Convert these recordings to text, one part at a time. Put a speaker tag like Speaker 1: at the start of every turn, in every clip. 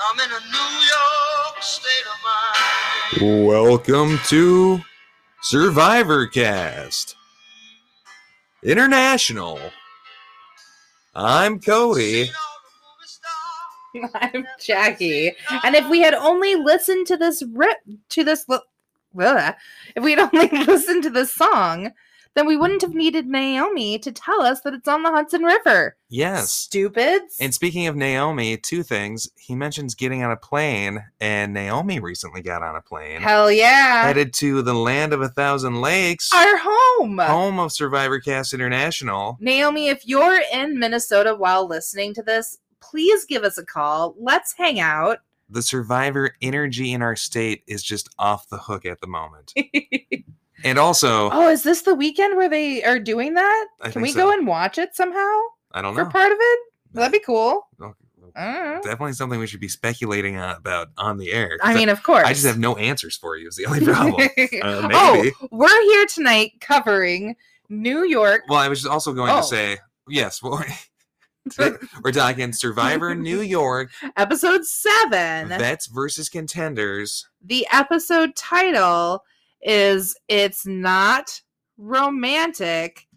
Speaker 1: I'm in a New York state of mind.
Speaker 2: Welcome to Survivor Cast International. I'm Cody.
Speaker 1: Seen all the movie stars.
Speaker 3: I'm Jackie. And if we had only listened to this rip to this li- blah, if we had only listened to this song, then we wouldn't have needed Naomi to tell us that it's on the Hudson River.
Speaker 2: Yes.
Speaker 3: Stupids.
Speaker 2: And speaking of Naomi, two things. He mentions getting on a plane, and Naomi recently got on a plane,
Speaker 3: Hell yeah.
Speaker 2: headed to the land of a thousand lakes,
Speaker 3: Our home.
Speaker 2: home of Survivor Cast International.
Speaker 3: Naomi, if you're in Minnesota while listening to this, please give us a call. Let's hang out.
Speaker 2: The Survivor energy in our state is just off the hook at the moment. and also,
Speaker 3: oh, is this the weekend where they are doing that?
Speaker 2: I
Speaker 3: Can
Speaker 2: think
Speaker 3: we
Speaker 2: so.
Speaker 3: go and watch it somehow
Speaker 2: I don't
Speaker 3: for
Speaker 2: know.
Speaker 3: part of it? That'd be cool.
Speaker 2: Okay.
Speaker 3: I don't know.
Speaker 2: definitely something we should be speculating on, about on the air. 'cause
Speaker 3: I mean, of course.
Speaker 2: I just have no answers for you. Is the only problem. Uh,
Speaker 3: Oh,
Speaker 2: maybe.
Speaker 3: we're here tonight covering New York.
Speaker 2: Well, I was also going
Speaker 3: Oh.
Speaker 2: to say yes. Well, we're talking Survivor New York
Speaker 3: episode seven.
Speaker 2: vets versus contenders.
Speaker 3: the episode title is It's Not Romantic,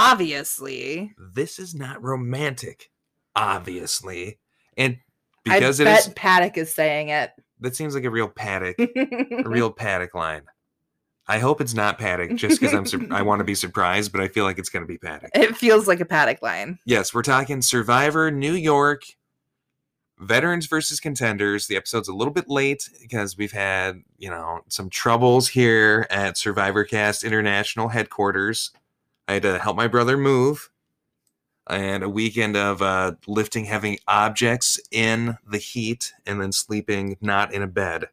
Speaker 3: obviously.
Speaker 2: This is not romantic, obviously, and
Speaker 3: I
Speaker 2: because it
Speaker 3: bet
Speaker 2: is.
Speaker 3: Paddock is saying it.
Speaker 2: That seems like a real paddock, a real paddock line. I hope it's not paddock, just because I'm. Sur- I want to be surprised, but I feel like it's going to be paddock.
Speaker 3: it feels like a Paddock line.
Speaker 2: Yes, we're talking Survivor New York, veterans versus contenders. The episode's a little bit late because we've had, you know, some troubles here at Survivor Cast International headquarters. I had to help my brother move and a weekend of uh, lifting heavy objects in the heat and then sleeping not in a bed.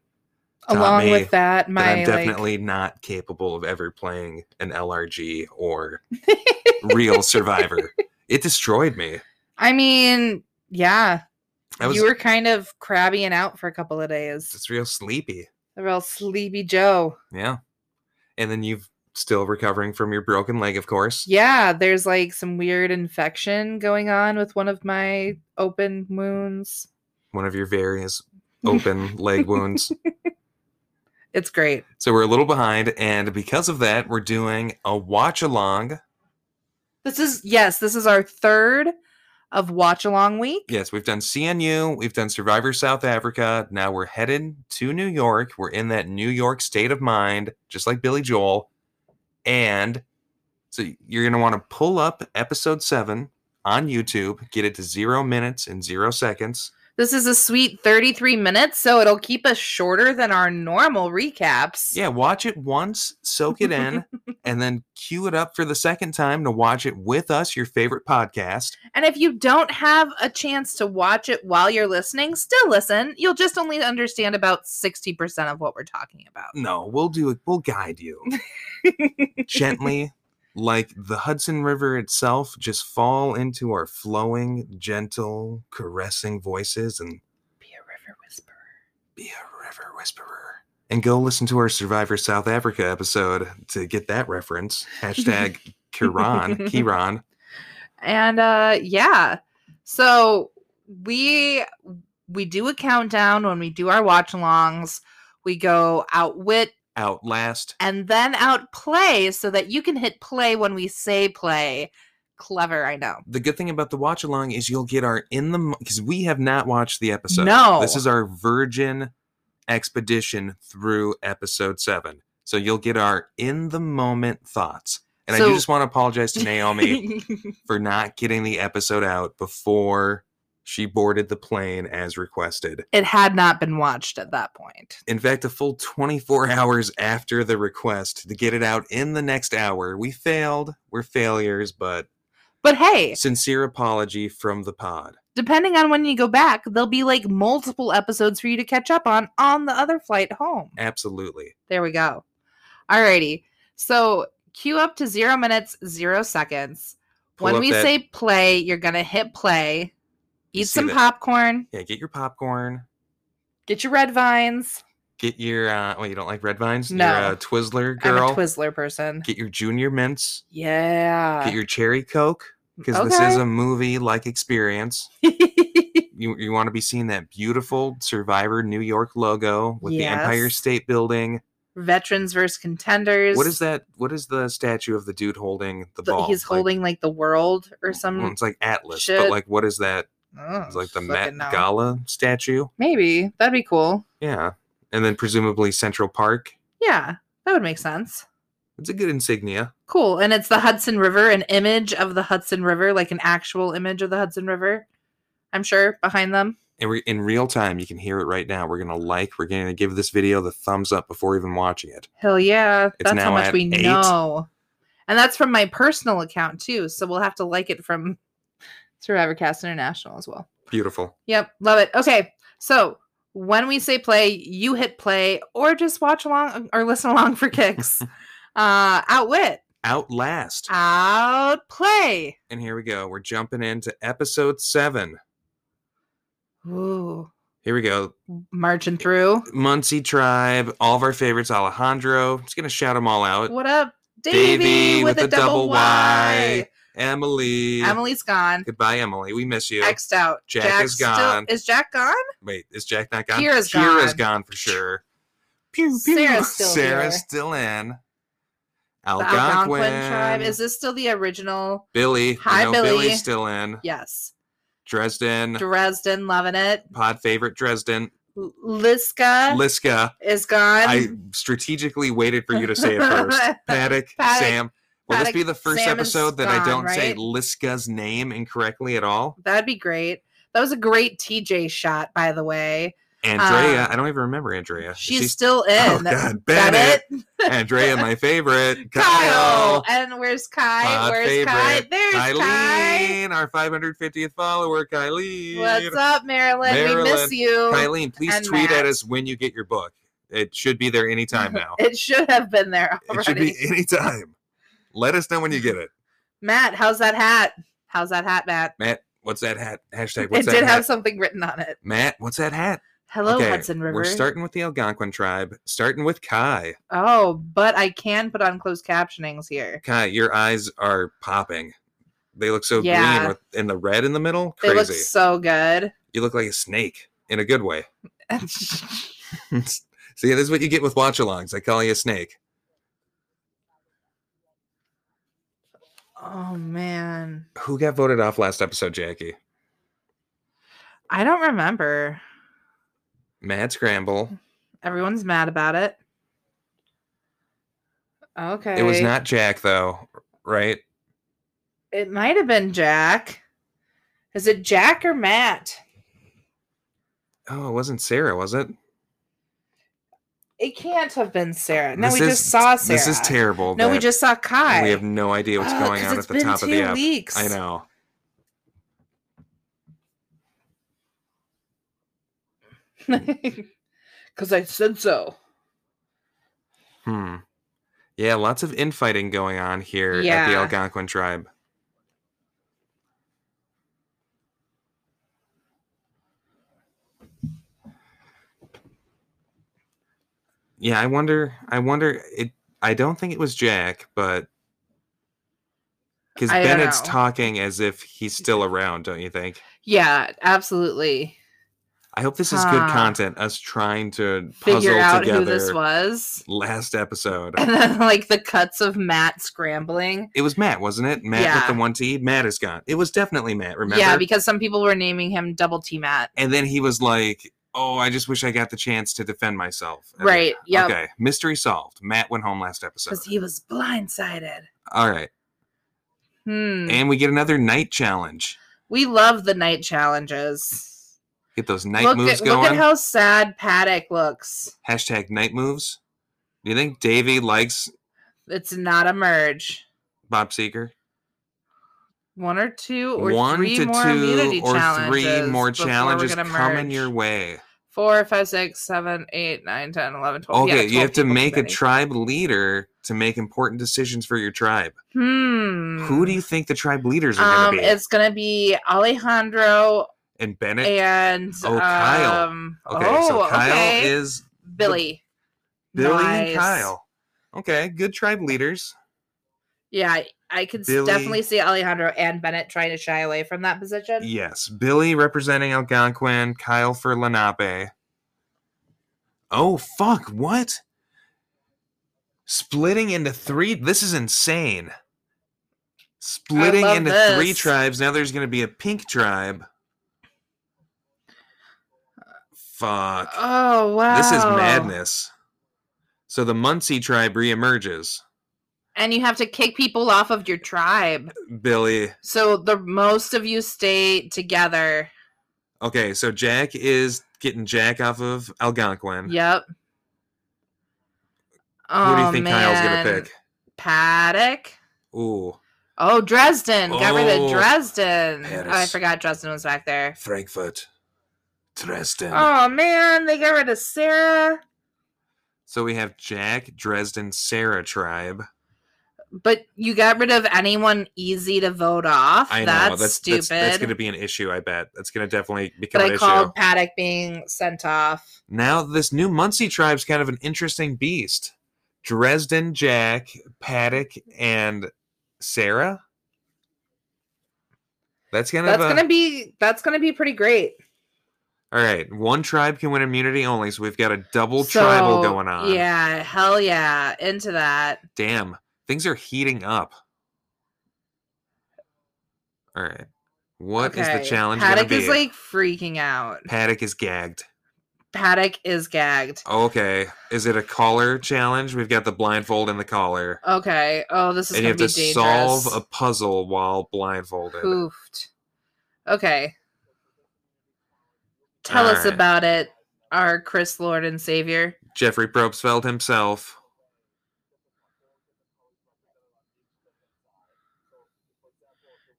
Speaker 2: Taught
Speaker 3: Along
Speaker 2: me
Speaker 3: with that,
Speaker 2: But
Speaker 3: my
Speaker 2: I'm
Speaker 3: like,
Speaker 2: definitely not capable of ever playing an LRG or real Survivor. It destroyed me.
Speaker 3: I mean, yeah,
Speaker 2: I was
Speaker 3: you were kind of crabby and out for a couple of days.
Speaker 2: It's real sleepy.
Speaker 3: A real sleepy Joe.
Speaker 2: Yeah. And then you've still recovering from your broken leg, of course.
Speaker 3: Yeah, there's like some weird infection going on with one of my open wounds.
Speaker 2: One of your various open leg wounds.
Speaker 3: It's great.
Speaker 2: So we're a little behind. And because of that, we're doing a watch along.
Speaker 3: This is yes, this is our third of watch along week.
Speaker 2: Yes, we've done CNU, we've done Survivor South Africa. Now we're headed to New York. We're in that New York state of mind, just like Billy Joel. And so you're going to want to pull up episode seven on YouTube, get it to zero minutes and zero seconds.
Speaker 3: This is a sweet 33 minutes, so it'll keep us shorter than our normal recaps.
Speaker 2: Yeah, watch it once, soak it in, and then cue it up for the second time to watch it with us, your favorite podcast.
Speaker 3: And if you don't have a chance to watch it while you're listening, still listen. You'll just only understand about 60% of what we're talking about.
Speaker 2: No, we'll do it. We'll guide you gently, like the Hudson River itself. Just fall into our flowing, gentle, caressing voices and
Speaker 3: Be a river whisperer.
Speaker 2: be a river whisperer. And go listen to our Survivor South Africa episode to get that reference. Hashtag Kiran, Kiran.
Speaker 3: and uh yeah so we we do a countdown when we do our watch alongs we go outwit
Speaker 2: Outlast
Speaker 3: and then outplay so that you can hit play when we say play clever i know
Speaker 2: the good thing about the watch along is you'll get our in the because we have not watched the episode.
Speaker 3: No.
Speaker 2: this is our virgin expedition through episode seven. So you'll get our in the moment thoughts. And I do
Speaker 3: So-
Speaker 2: just want to apologize to Naomi for not getting the episode out before she boarded the plane as requested.
Speaker 3: it had not been watched at that point
Speaker 2: In fact, a full 24 hours after the request to get it out in the next hour, we failed. We're failures, but
Speaker 3: but hey
Speaker 2: sincere apology from the pod.
Speaker 3: depending on when you go back there'll be like multiple episodes for you to catch up on on the other flight home
Speaker 2: Absolutely.
Speaker 3: There we go. Alrighty. So cue up to zero minutes, zero seconds.
Speaker 2: Pull
Speaker 3: when
Speaker 2: up
Speaker 3: we
Speaker 2: that-
Speaker 3: say play, you're gonna hit play.
Speaker 2: You
Speaker 3: Eat
Speaker 2: see
Speaker 3: some
Speaker 2: that-
Speaker 3: popcorn.
Speaker 2: Yeah, get your popcorn.
Speaker 3: Get your red vines.
Speaker 2: Get your uh well, you don't like red vines?
Speaker 3: No.
Speaker 2: You're a Twizzler
Speaker 3: I'm
Speaker 2: girl.
Speaker 3: a Twizzler person.
Speaker 2: get your junior mints.
Speaker 3: Yeah.
Speaker 2: Get your cherry coke. Because this is
Speaker 3: Okay.
Speaker 2: a movie like experience. you, you want to be seeing that beautiful Survivor New York logo with the Empire
Speaker 3: Yes.
Speaker 2: State Building.
Speaker 3: Veterans versus contenders.
Speaker 2: What is that? What is the statue of the dude holding the,
Speaker 3: The-
Speaker 2: ball?
Speaker 3: he's
Speaker 2: Like, Mm-hmm.
Speaker 3: holding like the world or
Speaker 2: well,
Speaker 3: some.
Speaker 2: It's like Atlas, but
Speaker 3: shit. Oh,
Speaker 2: like what is that? It's like the Met Gala statue.
Speaker 3: Maybe that'd be cool.
Speaker 2: Yeah, and then presumably Central Park.
Speaker 3: Yeah, that would make sense.
Speaker 2: It's a good insignia.
Speaker 3: Cool. And it's the Hudson River, an image of the Hudson River, like an actual image of the Hudson River. I'm sure behind them.
Speaker 2: And we in real time, you can hear it right now. We're gonna like. We're gonna give this video the thumbs up before even watching it.
Speaker 3: Hell yeah. that's
Speaker 2: now
Speaker 3: how much
Speaker 2: at
Speaker 3: we
Speaker 2: eight.
Speaker 3: know. And that's from my personal account too. So we'll have to like it from Survivorcast International as well.
Speaker 2: Beautiful.
Speaker 3: Yep. Love it. Okay. So when we say play, you hit play or just watch along uh, or listen along for kicks. uh outwit.
Speaker 2: Outlast.
Speaker 3: Outplay.
Speaker 2: And here we go. We're jumping into episode seven.
Speaker 3: Ooh.
Speaker 2: Here we go.
Speaker 3: Marching through.
Speaker 2: Muncie Tribe, all of our favorites, Alejandro. Just gonna shout them all out.
Speaker 3: What up,
Speaker 2: Davey
Speaker 3: Davey, with, a, double Y?
Speaker 2: Emily.
Speaker 3: Emily's gone.
Speaker 2: Goodbye, Emily. We miss you.
Speaker 3: X'd out.
Speaker 2: Jack is
Speaker 3: still-
Speaker 2: gone.
Speaker 3: is Jack gone?
Speaker 2: Wait, is Jack not gone?
Speaker 3: Kira's
Speaker 2: Kira's
Speaker 3: gone.
Speaker 2: gone for sure.
Speaker 3: Sarah's still
Speaker 2: Sarah's
Speaker 3: here.
Speaker 2: still in.
Speaker 3: The
Speaker 2: Algonquin,
Speaker 3: Algonquin tribe. Is this still the original?
Speaker 2: Billy.
Speaker 3: Hi,
Speaker 2: I know Billy.
Speaker 3: Billy.
Speaker 2: Billy's still in.
Speaker 3: Yes.
Speaker 2: Dresden.
Speaker 3: Dresden, loving it.
Speaker 2: pod favorite Dresden.
Speaker 3: L- Liska
Speaker 2: Liska.
Speaker 3: is gone.
Speaker 2: I strategically waited for you to say it first. Paddock,
Speaker 3: Paddock-
Speaker 2: Sam. Will
Speaker 3: Paddock,
Speaker 2: this be the first
Speaker 3: Sam is
Speaker 2: episode that I
Speaker 3: gone,
Speaker 2: don't say
Speaker 3: right?
Speaker 2: Liska's name incorrectly at all?
Speaker 3: That'd be great. That was a great TJ shot, by the way.
Speaker 2: Andrea,
Speaker 3: Um,
Speaker 2: I don't even remember Andrea. Is
Speaker 3: She's,
Speaker 2: she-
Speaker 3: still in.
Speaker 2: Oh,
Speaker 3: That-
Speaker 2: God,
Speaker 3: that
Speaker 2: Bennett.
Speaker 3: it?
Speaker 2: Andrea, my favorite.
Speaker 3: Kyle.
Speaker 2: Kyle.
Speaker 3: And where's Kai?
Speaker 2: My
Speaker 3: where's Kai?
Speaker 2: favorite.
Speaker 3: There's Kai.
Speaker 2: Kyleen, our 550th follower, Kyleen.
Speaker 3: What's up, Marilyn? We
Speaker 2: Marilyn,
Speaker 3: miss you.
Speaker 2: Kyleen, please
Speaker 3: And
Speaker 2: tweet
Speaker 3: Matt.
Speaker 2: at us when you get your book. It should be there anytime now.
Speaker 3: It should have been there
Speaker 2: it
Speaker 3: already.
Speaker 2: should be anytime. Let us know when you get it.
Speaker 3: Matt, how's that hat? How's that hat, Matt?
Speaker 2: Matt, what's that hat? Hashtag what's
Speaker 3: it
Speaker 2: that
Speaker 3: did
Speaker 2: hat?
Speaker 3: have something written on it.
Speaker 2: Matt, what's that hat?
Speaker 3: Hello, Hudson River.
Speaker 2: We're starting with the Algonquin tribe, starting with Kai.
Speaker 3: oh, but I can put on closed captionings here.
Speaker 2: Kai, your eyes are popping. They look so
Speaker 3: Yeah.
Speaker 2: green with, and the red in the middle.
Speaker 3: They
Speaker 2: Crazy.
Speaker 3: look so good.
Speaker 2: you look like a snake in a good way. See, this is what you get with watch alongs. I call you a snake.
Speaker 3: oh man,
Speaker 2: Who got voted off last episode, Jackie?
Speaker 3: I don't remember.
Speaker 2: Matt Scramble.
Speaker 3: Everyone's mad about it. Okay.
Speaker 2: It was not Jack, though, right?
Speaker 3: It might have been Jack. Is it Jack or Matt?
Speaker 2: Oh, it wasn't Sarah, was it?
Speaker 3: It can't have been Sarah. No,
Speaker 2: This
Speaker 3: we
Speaker 2: is-
Speaker 3: just saw Sarah.
Speaker 2: This is terrible.
Speaker 3: No, we
Speaker 2: that
Speaker 3: just saw Kai.
Speaker 2: We have no idea what's
Speaker 3: Ah,
Speaker 2: going
Speaker 3: 'cause
Speaker 2: on
Speaker 3: it's
Speaker 2: at the
Speaker 3: been
Speaker 2: top of
Speaker 3: two
Speaker 2: the app.
Speaker 3: Weeks.
Speaker 2: I know.
Speaker 3: Because I said so.
Speaker 2: Hmm. Yeah, lots of infighting going on here at the
Speaker 3: Yeah.
Speaker 2: Algonquin tribe. Yeah, I wonder. I wonder. It. I don't think it was Jack, but because
Speaker 3: I don't
Speaker 2: Bennett's
Speaker 3: know.
Speaker 2: talking as if he's still around. Don't you think?
Speaker 3: Yeah, absolutely.
Speaker 2: I hope this is good
Speaker 3: Huh.
Speaker 2: content. Us trying to puzzle
Speaker 3: Figure out
Speaker 2: together
Speaker 3: who this was.
Speaker 2: last episode.
Speaker 3: And then, like, the cuts of Matt scrambling.
Speaker 2: It was Matt, wasn't it? Matt with the one T. Matt is gone. It was definitely Matt. Remember?
Speaker 3: Yeah, because some people were naming him Double T Matt.
Speaker 2: and then he was like, "Oh, I just wish I got the chance to defend myself." And then-
Speaker 3: Right. Yep.
Speaker 2: Oh, Okay. Mystery solved. Matt went home last episode.
Speaker 3: Because he was blindsided.
Speaker 2: All right,
Speaker 3: Hmm.
Speaker 2: and we get another night challenge.
Speaker 3: we love the night challenges.
Speaker 2: Get those night
Speaker 3: look,
Speaker 2: moves
Speaker 3: at,
Speaker 2: going.
Speaker 3: look at how sad Paddock looks.
Speaker 2: Hashtag night moves. Do you think Davey likes
Speaker 3: It's not a merge.
Speaker 2: Bob Seeker?
Speaker 3: One or two or
Speaker 2: one
Speaker 3: three
Speaker 2: to
Speaker 3: more
Speaker 2: two
Speaker 3: immunity
Speaker 2: or three
Speaker 3: challenges
Speaker 2: more
Speaker 3: before we're
Speaker 2: challenges
Speaker 3: gonna
Speaker 2: coming
Speaker 3: merge.
Speaker 2: your way.
Speaker 3: Four, five, six, seven, eight, nine, ten, eleven, twelve. Yeah,
Speaker 2: Okay, you
Speaker 3: 12
Speaker 2: have to
Speaker 3: people
Speaker 2: make a
Speaker 3: committee.
Speaker 2: tribe leader to make important decisions for your tribe.
Speaker 3: Hmm.
Speaker 2: Who do you think the tribe leaders are
Speaker 3: Um,
Speaker 2: going to be?
Speaker 3: it's gonna be Alejandro
Speaker 2: and Bennett.
Speaker 3: and
Speaker 2: Oh, Kyle.
Speaker 3: Um,
Speaker 2: okay,
Speaker 3: oh,
Speaker 2: so Kyle
Speaker 3: okay.
Speaker 2: is
Speaker 3: Billy.
Speaker 2: Billy
Speaker 3: Nice.
Speaker 2: and Kyle. Okay, good tribe leaders.
Speaker 3: Yeah, I could s-
Speaker 2: Billy-
Speaker 3: definitely see Alejandro and Bennett trying to shy away from that position.
Speaker 2: Yes, Billy representing Algonquin, Kyle for Lenape. Oh fuck, what? Splitting into three. This is insane. Splitting
Speaker 3: love
Speaker 2: into three
Speaker 3: this.
Speaker 2: tribes. Now there's going to be a pink tribe. Fuck.
Speaker 3: Oh wow!
Speaker 2: This is madness. So the Munsee tribe reemerges.
Speaker 3: And you have to kick people off of your tribe,
Speaker 2: Billy.
Speaker 3: so the most of you stay together.
Speaker 2: Okay, so Jack is getting Jack off of Algonquin.
Speaker 3: Yep.
Speaker 2: Um, Who do
Speaker 3: Oh,
Speaker 2: you think Kyle's going
Speaker 3: man.
Speaker 2: to pick?
Speaker 3: Paddock.
Speaker 2: Ooh,
Speaker 3: Oh, Dresden got rid
Speaker 2: Oh,
Speaker 3: of Dresden. Oh, I
Speaker 2: Paris.
Speaker 3: forgot Dresden was back there.
Speaker 2: Frankfurt. Dresden.
Speaker 3: Oh man, they got rid of Sarah.
Speaker 2: So we have Jack, Dresden, Sarah tribe.
Speaker 3: But you got rid of anyone easy to vote off.
Speaker 2: I
Speaker 3: that's,
Speaker 2: know that's
Speaker 3: stupid.
Speaker 2: That's, that's going to be an issue. I bet that's going to definitely become
Speaker 3: but
Speaker 2: an
Speaker 3: I called
Speaker 2: issue.
Speaker 3: Paddock being sent off.
Speaker 2: Now this new Muncie tribe's kind of an interesting beast. Dresden, Jack, Paddock, and Sarah. That's kind
Speaker 3: That's
Speaker 2: of a,
Speaker 3: gonna be that's gonna be pretty great.
Speaker 2: all right. One tribe can win immunity only, so we've got a double tribal
Speaker 3: So,
Speaker 2: going on.
Speaker 3: Yeah, hell yeah, into that.
Speaker 2: Damn, things are heating up. All right. what is the
Speaker 3: Okay,
Speaker 2: challenge going to
Speaker 3: Paddock
Speaker 2: be?
Speaker 3: is like freaking out.
Speaker 2: Paddock is gagged.
Speaker 3: Paddock is gagged.
Speaker 2: Okay. Is it a collar challenge? We've got the blindfold and the collar.
Speaker 3: Okay. Oh, this is
Speaker 2: and you
Speaker 3: gonna
Speaker 2: have
Speaker 3: be
Speaker 2: to
Speaker 3: dangerous.
Speaker 2: solve a puzzle while blindfolded.
Speaker 3: Poofed. Okay. Tell us
Speaker 2: Alright.
Speaker 3: about it, our Chris Lord and Savior.
Speaker 2: Jeffrey Probstfeld himself.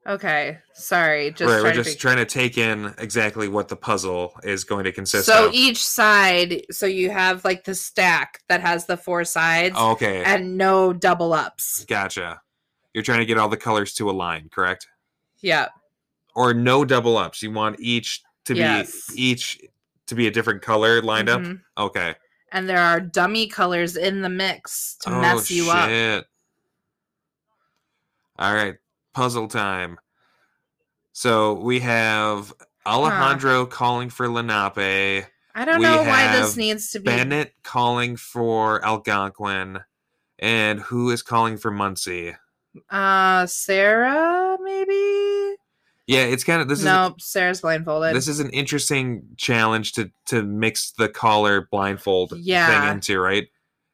Speaker 3: Okay. Sorry. Just
Speaker 2: right, we're
Speaker 3: trying to
Speaker 2: just
Speaker 3: fig-
Speaker 2: trying to take in exactly what the puzzle is going to consist
Speaker 3: so
Speaker 2: of.
Speaker 3: each side, so you have like the stack that has the four sides
Speaker 2: okay.
Speaker 3: and no double ups.
Speaker 2: gotcha. You're trying to get all the colors to align, correct?
Speaker 3: Yeah.
Speaker 2: Or no double ups. You want each to
Speaker 3: Yes.
Speaker 2: be each to be a different color lined up.
Speaker 3: mhm.
Speaker 2: Okay.
Speaker 3: And there are dummy colors in the mix to
Speaker 2: oh,
Speaker 3: mess you
Speaker 2: shit.
Speaker 3: up.
Speaker 2: All right, puzzle time. So we have Alejandro calling for Lenape,
Speaker 3: I don't
Speaker 2: We
Speaker 3: know why
Speaker 2: have
Speaker 3: this needs to be.
Speaker 2: Bennett calling for Algonquin, and who is calling for Muncie?
Speaker 3: Uh, Sarah, maybe?
Speaker 2: Yeah, it's kind of this
Speaker 3: nope, Sarah's
Speaker 2: is
Speaker 3: blindfolded.
Speaker 2: this is an interesting challenge to to mix the collar blindfold
Speaker 3: Yeah.
Speaker 2: thing into, right?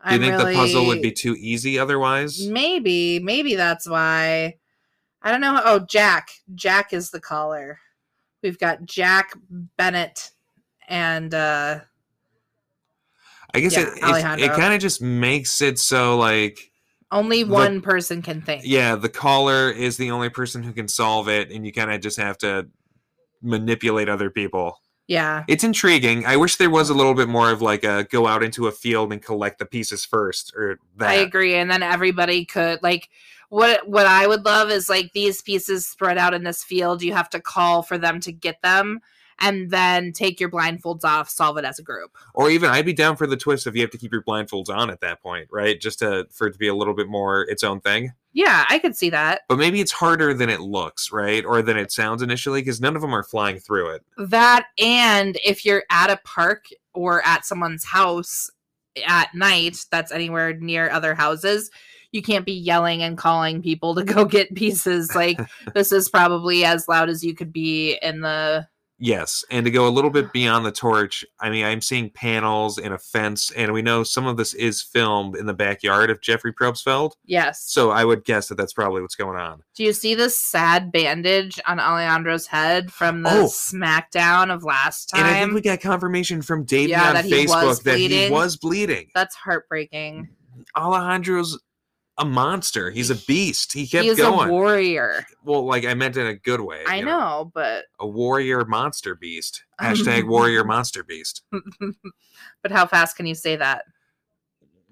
Speaker 2: Do you
Speaker 3: I'm
Speaker 2: think the puzzle would
Speaker 3: really-
Speaker 2: be too easy otherwise?
Speaker 3: Maybe, maybe that's why. I don't know. Oh, Jack. Jack is the caller. We've got Jack Bennett and uh
Speaker 2: I guess
Speaker 3: Yeah,
Speaker 2: it- it, it
Speaker 3: Alejandro.
Speaker 2: kind of just makes it so like
Speaker 3: only
Speaker 2: The-
Speaker 3: one person can think.
Speaker 2: yeah, the caller is the only person who can solve it, and you kind of just have to manipulate other people.
Speaker 3: Yeah.
Speaker 2: It's intriguing. I wish there was a little bit more of like a go out into a field and collect the pieces first, or that.
Speaker 3: I agree. And then everybody could like what what I would love is like these pieces spread out in this field. You have to call for them to get them and then take your blindfolds off, solve it as a group.
Speaker 2: Or even I'd be down for the twist if you have to keep your blindfolds on at that point, right? Just to for it to be a little bit more its own thing.
Speaker 3: Yeah, I could see that.
Speaker 2: But maybe it's harder than it looks, right? Or than it sounds initially, because none of them are flying through it.
Speaker 3: That and if you're at a park or at someone's house at night that's anywhere near other houses, you can't be yelling and calling people to go get pieces. Like this is probably as loud as you could be in the
Speaker 2: Yes, and to go a little bit beyond the torch, I mean, I'm seeing panels and a fence, and we know some of this is filmed in the backyard of Jeffrey Probstfeld,
Speaker 3: yes.
Speaker 2: so I would guess that that's probably what's going on.
Speaker 3: Do you see this sad bandage on Alejandro's head from the
Speaker 2: Oh.
Speaker 3: smackdown of last time?
Speaker 2: And I think we got confirmation from Davey
Speaker 3: Yeah,
Speaker 2: on
Speaker 3: that he was
Speaker 2: Facebook that he
Speaker 3: bleeding.
Speaker 2: was bleeding.
Speaker 3: that's heartbreaking.
Speaker 2: Alejandro's a monster. He's a beast. He kept
Speaker 3: He's
Speaker 2: going.
Speaker 3: a warrior.
Speaker 2: well, like I meant in a good way.
Speaker 3: I
Speaker 2: you
Speaker 3: know, but
Speaker 2: a warrior monster beast. Hashtag warrior monster beast.
Speaker 3: but how fast can you say that?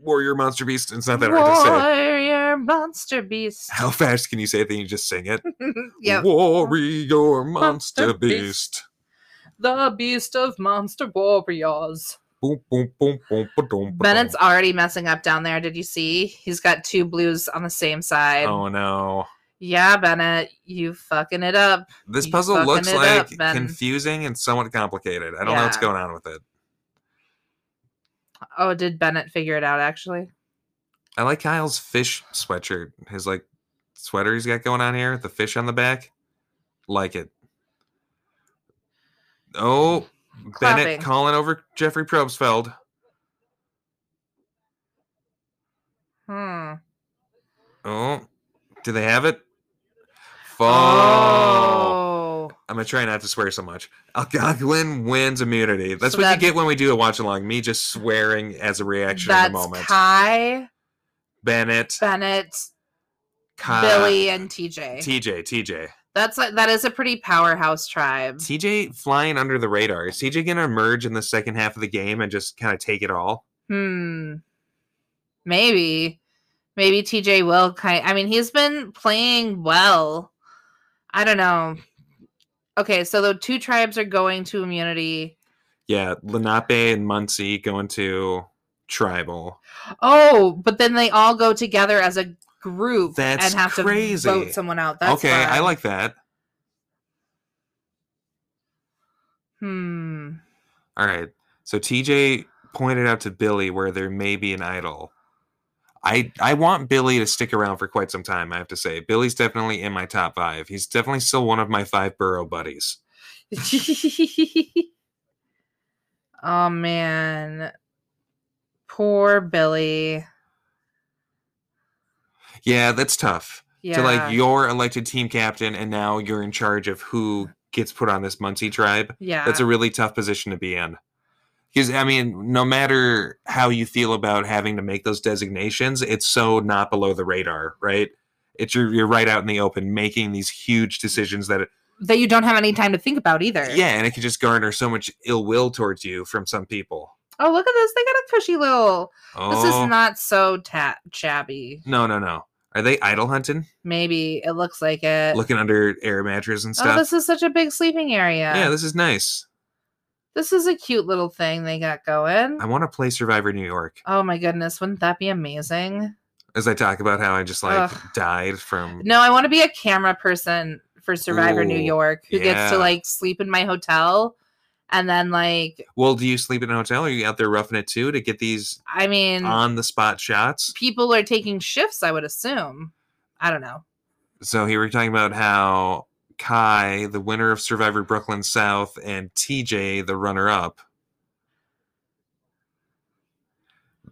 Speaker 2: Warrior monster beast. It's not that hard to say.
Speaker 3: Warrior monster beast.
Speaker 2: How fast can you say it? Then you just sing it.
Speaker 3: yep.
Speaker 2: Warrior
Speaker 3: Monster
Speaker 2: Monster
Speaker 3: Beast.
Speaker 2: Beast.
Speaker 3: The beast of monster warriors.
Speaker 2: Boom, boom, boom, boom, ba-dum,
Speaker 3: Bennett's
Speaker 2: ba-dum.
Speaker 3: already messing up down there. Did you see? He's got two blues on the same side.
Speaker 2: Oh no.
Speaker 3: Yeah, Bennett, you fucking it up.
Speaker 2: This
Speaker 3: You
Speaker 2: puzzle
Speaker 3: fucking
Speaker 2: looks
Speaker 3: it
Speaker 2: like
Speaker 3: up, Ben.
Speaker 2: confusing and somewhat complicated. I don't know what's
Speaker 3: Yeah.
Speaker 2: going on with it.
Speaker 3: Oh, did Bennett figure it out actually?
Speaker 2: I like Kyle's fish sweatshirt. His like sweater he's got going on here, with the fish on the back. Like it. Oh,
Speaker 3: Clapping.
Speaker 2: Bennett calling over Jeffrey Probsfeld.
Speaker 3: Hmm.
Speaker 2: Oh, do they have it? Fuck.
Speaker 3: Oh.
Speaker 2: I'm gonna try not to swear so much. Algonquin wins immunity. That's
Speaker 3: So
Speaker 2: what
Speaker 3: that-
Speaker 2: you get when we do a watch along. Me just swearing as a reaction
Speaker 3: That's
Speaker 2: in the moment.
Speaker 3: Kai,
Speaker 2: Bennett,
Speaker 3: Bennett,
Speaker 2: Kai,
Speaker 3: Billy, and TJ.
Speaker 2: TJ, TJ.
Speaker 3: That's like that is a pretty powerhouse tribe.
Speaker 2: CJ flying under the radar. Is CJ going to emerge in the second half of the game and just kind of take it all?
Speaker 3: Hmm. Maybe. Maybe TJ will kind I mean, he's been playing well. I don't know. Okay, so the two tribes are going to immunity.
Speaker 2: Yeah, Lenape and Muncie going to tribal.
Speaker 3: Oh, but then they all go together as a group
Speaker 2: That's
Speaker 3: and have
Speaker 2: crazy.
Speaker 3: to vote someone out. That's
Speaker 2: okay, I
Speaker 3: fun.
Speaker 2: like that.
Speaker 3: Hmm.
Speaker 2: All right. So TJ pointed out to Billy where there may be an idol. I I want Billy to stick around for quite some time, I have to say. Billy's definitely in my top 5. He's definitely still one of my 5 burrow buddies.
Speaker 3: oh man. Poor Billy.
Speaker 2: Yeah, that's tough.
Speaker 3: Yeah.
Speaker 2: to like you're elected team captain and now you're in charge of who gets put on this Muncie tribe.
Speaker 3: yeah.
Speaker 2: That's a really tough position to be in. Because I mean, no matter how you feel about having to make those designations, it's so not below the radar, right? It's you're, you're right out in the open making these huge decisions that, it,
Speaker 3: that you don't have any time to think about either.
Speaker 2: yeah, and it can just garner so much ill will towards you from some people.
Speaker 3: Oh, look at this. They got a cushy little.
Speaker 2: Oh,
Speaker 3: This is not so ta- shabby.
Speaker 2: no, no, no. Are they idol hunting?
Speaker 3: Maybe it looks like it.
Speaker 2: Looking under air mattress and
Speaker 3: oh,
Speaker 2: stuff?
Speaker 3: this is such a big sleeping area.
Speaker 2: yeah, this is nice.
Speaker 3: this is a cute little thing they got going.
Speaker 2: I want to play Survivor New York.
Speaker 3: Oh my goodness, wouldn't that be amazing?
Speaker 2: as I talk about how I just like
Speaker 3: Ugh.
Speaker 2: died from.
Speaker 3: No, I want to be a camera person for Survivor New
Speaker 2: Ooh,
Speaker 3: York who gets to
Speaker 2: yeah.
Speaker 3: like sleep in my hotel and then like
Speaker 2: Well, do you sleep in a hotel? Are you out there roughing it too to get these
Speaker 3: I mean
Speaker 2: on the spot shots?
Speaker 3: people are taking shifts, I would assume. I don't know.
Speaker 2: So here we're talking about how Kai, the winner of Survivor Brooklyn South, and TJ, the runner up.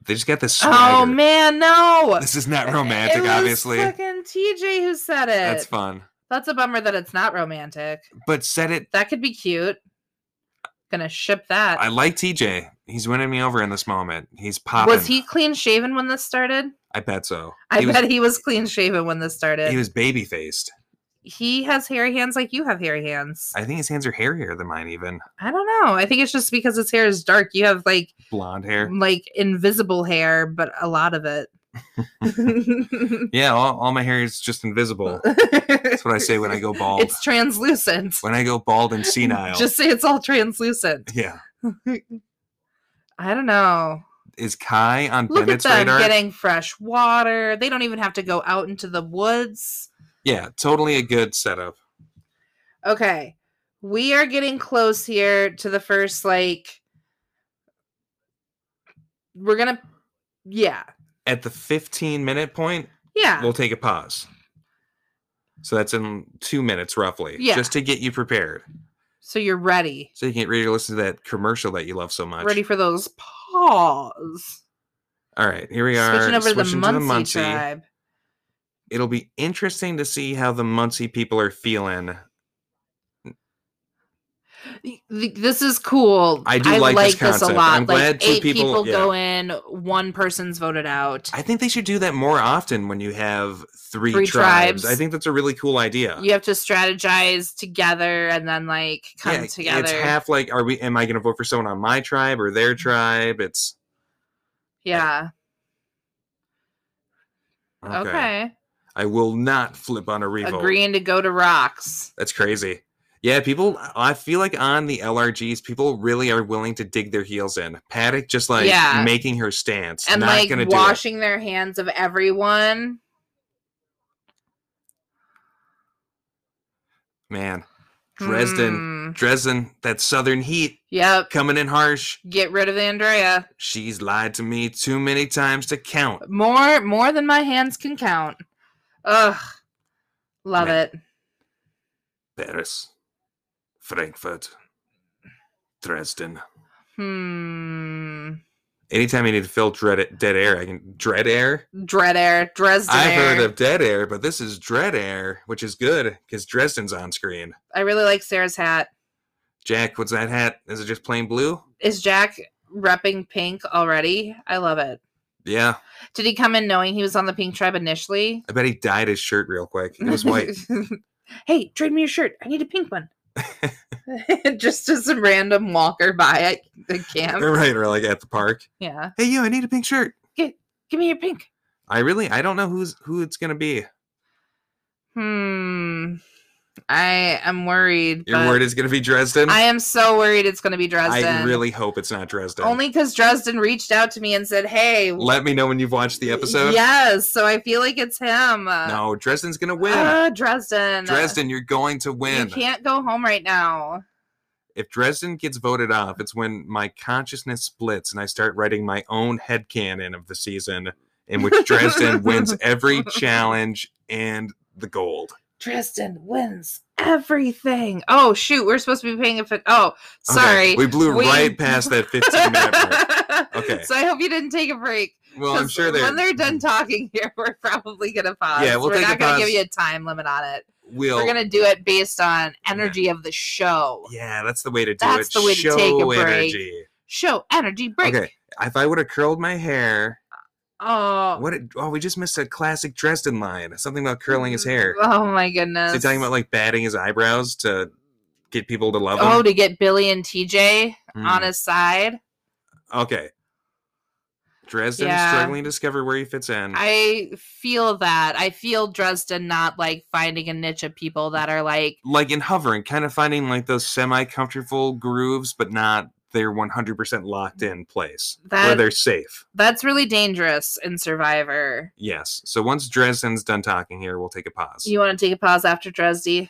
Speaker 2: They just got this.
Speaker 3: Oh
Speaker 2: swagger.
Speaker 3: man, no.
Speaker 2: This is not romantic,
Speaker 3: it was
Speaker 2: obviously.
Speaker 3: Fucking TJ who said it.
Speaker 2: That's fun,
Speaker 3: That's a bummer that it's not romantic.
Speaker 2: but said it.
Speaker 3: That could be cute. Gonna ship that.
Speaker 2: I like TJ. He's winning me over in this moment. He's popping.
Speaker 3: was he clean shaven when this started?
Speaker 2: I bet so.
Speaker 3: I
Speaker 2: he
Speaker 3: bet he was clean shaven when this started.
Speaker 2: was,
Speaker 3: He,
Speaker 2: he was baby faced.
Speaker 3: has hairy hands like you have hairy hands. I,
Speaker 2: I think his hands are hairier than mine, even
Speaker 3: don't know. I think it's just because his hair is dark. You have like
Speaker 2: blonde hair.
Speaker 3: like invisible hair, but a lot of it.
Speaker 2: Yeah, all, all my hair is just invisible. That's what I say when I go bald.
Speaker 3: It's translucent.
Speaker 2: when I go bald and senile.
Speaker 3: Just say it's all translucent.
Speaker 2: yeah.
Speaker 3: I don't know.
Speaker 2: Is Kai on
Speaker 3: Look
Speaker 2: Bennett's
Speaker 3: at them
Speaker 2: radar?
Speaker 3: getting fresh water. They don't even have to go out into the woods.
Speaker 2: yeah, totally a good setup.
Speaker 3: Okay. We are getting close here to the first like we're going to yeah.
Speaker 2: At the 15 minute point,
Speaker 3: Yeah.
Speaker 2: we'll take a pause. So that's in two minutes roughly.
Speaker 3: Yeah.
Speaker 2: Just to get you prepared.
Speaker 3: so you're ready.
Speaker 2: So you can get ready to listen to that commercial that you love so much.
Speaker 3: Ready for those paws.
Speaker 2: All right, here we are.
Speaker 3: switching over
Speaker 2: switching
Speaker 3: to the Muncie tribe.
Speaker 2: It'll be interesting to see how the Muncie people are feeling.
Speaker 3: Th- th- This is cool.
Speaker 2: I do like this concept.
Speaker 3: a lot.
Speaker 2: I'm
Speaker 3: like
Speaker 2: glad two
Speaker 3: eight
Speaker 2: people- yeah.
Speaker 3: go in, one person's voted out.
Speaker 2: I think they should do that more often when you have three,
Speaker 3: Three
Speaker 2: tribes.
Speaker 3: tribes.
Speaker 2: I think that's a really cool idea.
Speaker 3: You have to strategize together and then like come
Speaker 2: Yeah,
Speaker 3: together.
Speaker 2: It's half like, are we? Am I going to vote for someone on my tribe or their tribe? It's
Speaker 3: yeah. Okay.
Speaker 2: I will not flip on a revolt.
Speaker 3: Agreeing to go to rocks.
Speaker 2: That's crazy. Yeah, people. I feel like on the LRGs, people really are willing to dig their heels in. Paddock just like
Speaker 3: Yeah.
Speaker 2: making her stance,
Speaker 3: and
Speaker 2: not
Speaker 3: like
Speaker 2: gonna do
Speaker 3: washing their hands of everyone.
Speaker 2: it. Man, Dresden,
Speaker 3: Hmm.
Speaker 2: Dresden, that Southern heat
Speaker 3: Yep.
Speaker 2: coming in harsh.
Speaker 3: Get rid of Andrea.
Speaker 2: She's lied to me too many times to count.
Speaker 3: More more than my hands can count. Ugh. Love
Speaker 2: Man.
Speaker 3: it.
Speaker 2: Paris, Frankfurt, Dresden.
Speaker 3: Hmm.
Speaker 2: Anytime you need to fill dread, dead air, I can dread air.
Speaker 3: Dread air. Dresden.
Speaker 2: I've
Speaker 3: air.
Speaker 2: heard of dead air, but this is dread air, which is good because Dresden's on screen.
Speaker 3: I really like Sarah's hat.
Speaker 2: Jack, what's that hat? Is it just plain blue?
Speaker 3: Is Jack repping pink already? I love it.
Speaker 2: Yeah,
Speaker 3: Did he come in knowing he was on the pink tribe initially?
Speaker 2: I bet he dyed his shirt real quick. It was white.
Speaker 3: hey, trade me your shirt. I need a pink one. Just to some random walker by at the camp.
Speaker 2: right, or like at the park.
Speaker 3: Yeah.
Speaker 2: Hey, you, I need a pink shirt.
Speaker 3: Give me your pink.
Speaker 2: I really, I don't know who's who it's gonna be.
Speaker 3: Hmm. I am worried.
Speaker 2: Your
Speaker 3: but
Speaker 2: word is gonna be Dresden.
Speaker 3: I am so worried it's going to be Dresden.
Speaker 2: I really hope it's not Dresden.
Speaker 3: Only because Dresden reached out to me and said, hey.
Speaker 2: Let me know when you've watched the episode.
Speaker 3: Yes. So I feel like it's him.
Speaker 2: No, Dresden's gonna win.
Speaker 3: Ah, Dresden.
Speaker 2: Dresden, you're going to
Speaker 3: You
Speaker 2: win.
Speaker 3: can't go home right now.
Speaker 2: If Dresden gets voted off, it's when my consciousness splits and I start writing my own headcanon of the season in which Dresden wins every challenge and the gold.
Speaker 3: Dresden wins everything. Oh shoot, we're supposed to be paying a fi- oh
Speaker 2: Okay,
Speaker 3: sorry.
Speaker 2: we blew
Speaker 3: We-
Speaker 2: right past that 15 minute mark. Okay.
Speaker 3: So I hope you didn't take a break.
Speaker 2: Well, I'm
Speaker 3: 'cause
Speaker 2: sure they're,
Speaker 3: when they're done talking here, we're probably gonna pause.
Speaker 2: Yeah, we'll
Speaker 3: we're
Speaker 2: take
Speaker 3: not
Speaker 2: a
Speaker 3: gonna
Speaker 2: pause.
Speaker 3: give you a time limit on it.
Speaker 2: will
Speaker 3: we're gonna do it based on energy of the show.
Speaker 2: Yeah, that's the way to do
Speaker 3: That's
Speaker 2: it.
Speaker 3: the way to take a
Speaker 2: Show
Speaker 3: break.
Speaker 2: energy.
Speaker 3: Show energy break.
Speaker 2: Okay, if I would have curled my hair,
Speaker 3: Oh,
Speaker 2: what? It, oh, we just missed a classic Dresden line. Something about curling his hair.
Speaker 3: Oh my goodness.
Speaker 2: Is he talking about like batting his eyebrows to get people to love him?
Speaker 3: oh to get Billy and TJ
Speaker 2: Hmm,
Speaker 3: on his side.
Speaker 2: okay. Dresden is
Speaker 3: Yeah.
Speaker 2: struggling to discover where he fits in.
Speaker 3: I feel that. I feel Dresden not like finding a niche of people that are like,
Speaker 2: like in hovering, kind of finding like those semi-comfortable grooves, but not their 100% locked in place where
Speaker 3: Mm. That-
Speaker 2: they're safe.
Speaker 3: that's really dangerous in Survivor.
Speaker 2: Yes. So once Dresden's done talking here, we'll take a pause.
Speaker 3: You want to take a pause after Dresdy?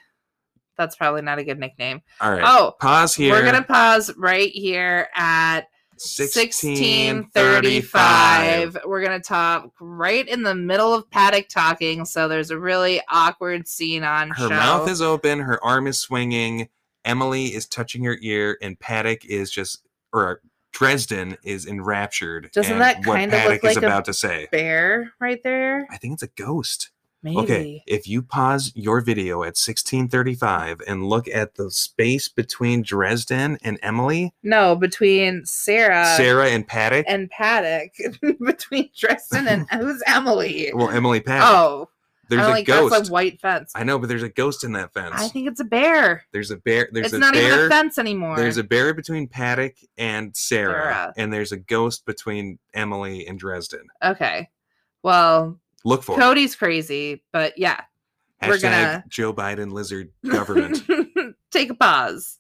Speaker 3: That's probably not a good nickname.
Speaker 2: All right.
Speaker 3: Oh,
Speaker 2: pause here.
Speaker 3: we're going to pause right here at
Speaker 2: 1635.
Speaker 3: 1635. We're going to talk right in the middle of Paddock talking. So there's a really awkward scene on
Speaker 2: Her
Speaker 3: show.
Speaker 2: mouth is open. Her arm is swinging. Emily is touching her ear, and Paddock is just, or Dresden is enraptured.
Speaker 3: Doesn't
Speaker 2: in
Speaker 3: that
Speaker 2: what
Speaker 3: kinda look
Speaker 2: Paddock is
Speaker 3: like a-
Speaker 2: about to say?
Speaker 3: Bear right there.
Speaker 2: I think it's a ghost.
Speaker 3: Maybe.
Speaker 2: Okay, if you pause your video at 1635 and look at the space between Dresden and Emily,
Speaker 3: No, between Uh,
Speaker 2: Sarah and Paddock,
Speaker 3: and Paddock between Dresden and who's Emily?
Speaker 2: well, Emily Paddock,
Speaker 3: Oh,
Speaker 2: there's
Speaker 3: I
Speaker 2: a
Speaker 3: don't think
Speaker 2: ghost.
Speaker 3: That's a white fence.
Speaker 2: I know, but there's a ghost in that fence.
Speaker 3: I think it's a bear.
Speaker 2: there's a bear. There's
Speaker 3: it's
Speaker 2: a
Speaker 3: not
Speaker 2: bear.
Speaker 3: even a fence anymore.
Speaker 2: There's a barrier between Paddock and Sarah,
Speaker 3: Sarah.
Speaker 2: and there's a ghost between Emily and Dresden.
Speaker 3: okay. Well,
Speaker 2: Look for it.
Speaker 3: Cody's crazy, but yeah.
Speaker 2: Hashtag
Speaker 3: we're gonna-
Speaker 2: Joe Biden lizard government.
Speaker 3: Take a pause.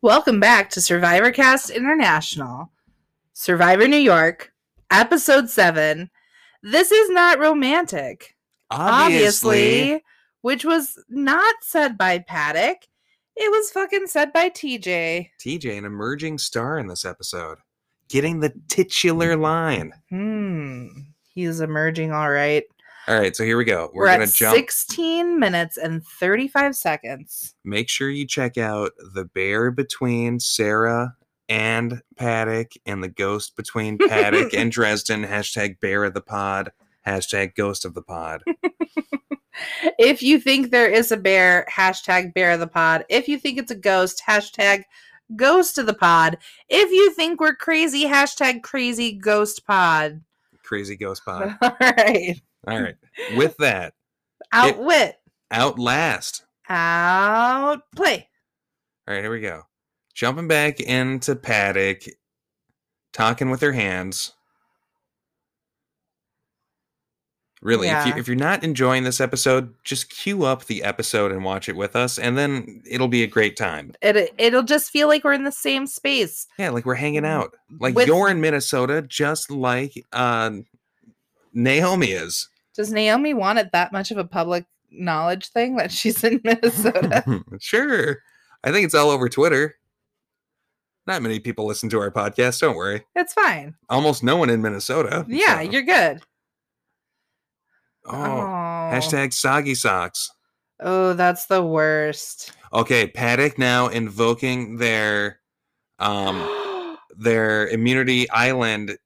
Speaker 3: Welcome back to Survivor Cast International, Survivor New York, Episode 7. This is not romantic obviously, which was not said by Paddock. It was fucking said by TJ.
Speaker 2: TJ, an emerging star in this episode, getting the titular line.
Speaker 3: Hmm. He's emerging all right.
Speaker 2: All right, so here we go. We're,
Speaker 3: We're,
Speaker 2: gonna
Speaker 3: at
Speaker 2: jump.
Speaker 3: 16 minutes and 35 seconds.
Speaker 2: Make sure you check out the bear between Sarah and Paddock, and the ghost between Paddock and Dresden. Hashtag bear of the pod. Hashtag ghost of the pod.
Speaker 3: If you think there is a bear, hashtag bear of the pod. If you think it's a ghost, hashtag ghost of the pod. If you think we're crazy, hashtag crazy ghost pod.
Speaker 2: Crazy ghost pod.
Speaker 3: All right.
Speaker 2: All right. With that,
Speaker 3: Outwit.
Speaker 2: Outlast.
Speaker 3: Outplay.
Speaker 2: All right, here we go. jumping back into Paddock, talking with her hands. Really, if,
Speaker 3: Yeah.
Speaker 2: you, if you're not enjoying this episode, just queue up the episode and watch it with us, and then it'll be a great time.
Speaker 3: It it'll just feel like we're in the same space.
Speaker 2: Yeah, like we're hanging out. Like
Speaker 3: Mm, With-
Speaker 2: you're in Minnesota, just like uh, Naomi is.
Speaker 3: Does Naomi want it that much of a public knowledge thing that she's in Minnesota?
Speaker 2: sure. I think it's all over Twitter. Not many people listen to our podcast, don't worry.
Speaker 3: it's fine.
Speaker 2: Almost no one in Minnesota.
Speaker 3: Yeah,
Speaker 2: so-
Speaker 3: you're good.
Speaker 2: Oh,
Speaker 3: Aw.
Speaker 2: hashtag soggy socks.
Speaker 3: Oh, that's the worst.
Speaker 2: Okay, Paddock now invoking their um their immunity island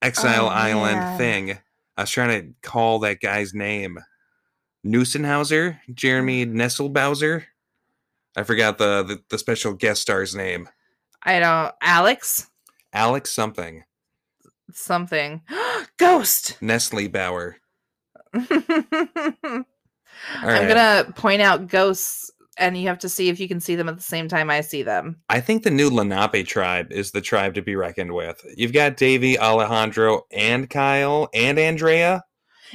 Speaker 2: exile
Speaker 3: Oh,
Speaker 2: island
Speaker 3: man.
Speaker 2: thing. I was trying to call that guy's name. Neusenhauser, Jeremy
Speaker 3: Mm.
Speaker 2: Nesselbauser. I forgot the, the the special guest star's name.
Speaker 3: I don't Alex
Speaker 2: Alex something.
Speaker 3: something. Ghost.
Speaker 2: Nestle Bauer.
Speaker 3: I'm
Speaker 2: right.
Speaker 3: gonna point out ghosts and you have to see if you can see them at the same time I see them.
Speaker 2: I think the new Lenape tribe is the tribe to be reckoned with. You've got Davy, Alejandro, and Kyle, and Andrea.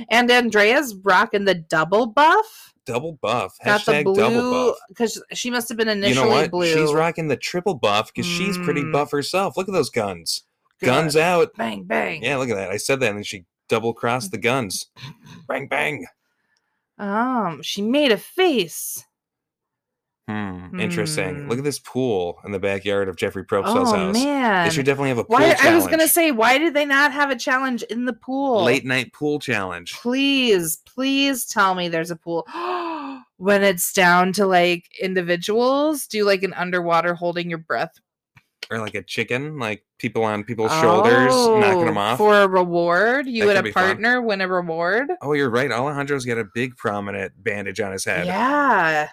Speaker 3: And Andrea's rocking the double buff.
Speaker 2: Double buff.
Speaker 3: Got the
Speaker 2: Hashtag double
Speaker 3: blue
Speaker 2: buff.
Speaker 3: because she must have been
Speaker 2: You
Speaker 3: initially
Speaker 2: know what?
Speaker 3: blue.
Speaker 2: She's rocking the triple buff because she's pretty
Speaker 3: Mm.
Speaker 2: buff herself. Look at those guns.
Speaker 3: Good.
Speaker 2: Guns out.
Speaker 3: Bang bang.
Speaker 2: Yeah, look at that. I said that and then she double crossed the guns. Bang, bang.
Speaker 3: Um, she made a face.
Speaker 2: Hmm. Interesting.
Speaker 3: Hmm.
Speaker 2: Look at this pool in the backyard of Jeffrey Probstow's
Speaker 3: oh
Speaker 2: house. They
Speaker 3: man.
Speaker 2: should definitely have a pool
Speaker 3: Why
Speaker 2: challenge.
Speaker 3: I was gonna say, why did they not have a challenge in the pool?
Speaker 2: late night pool challenge.
Speaker 3: please, please tell me there's a pool. when it's down to like individuals, do like an underwater holding your breath
Speaker 2: or like a chicken, like people on people's shoulders, knocking them
Speaker 3: Oh,
Speaker 2: off.
Speaker 3: for a reward. You
Speaker 2: That could
Speaker 3: and
Speaker 2: be
Speaker 3: a
Speaker 2: fun.
Speaker 3: partner win a reward.
Speaker 2: oh, you're right. Alejandro's got a big prominent bandage on his head.
Speaker 3: Yeah.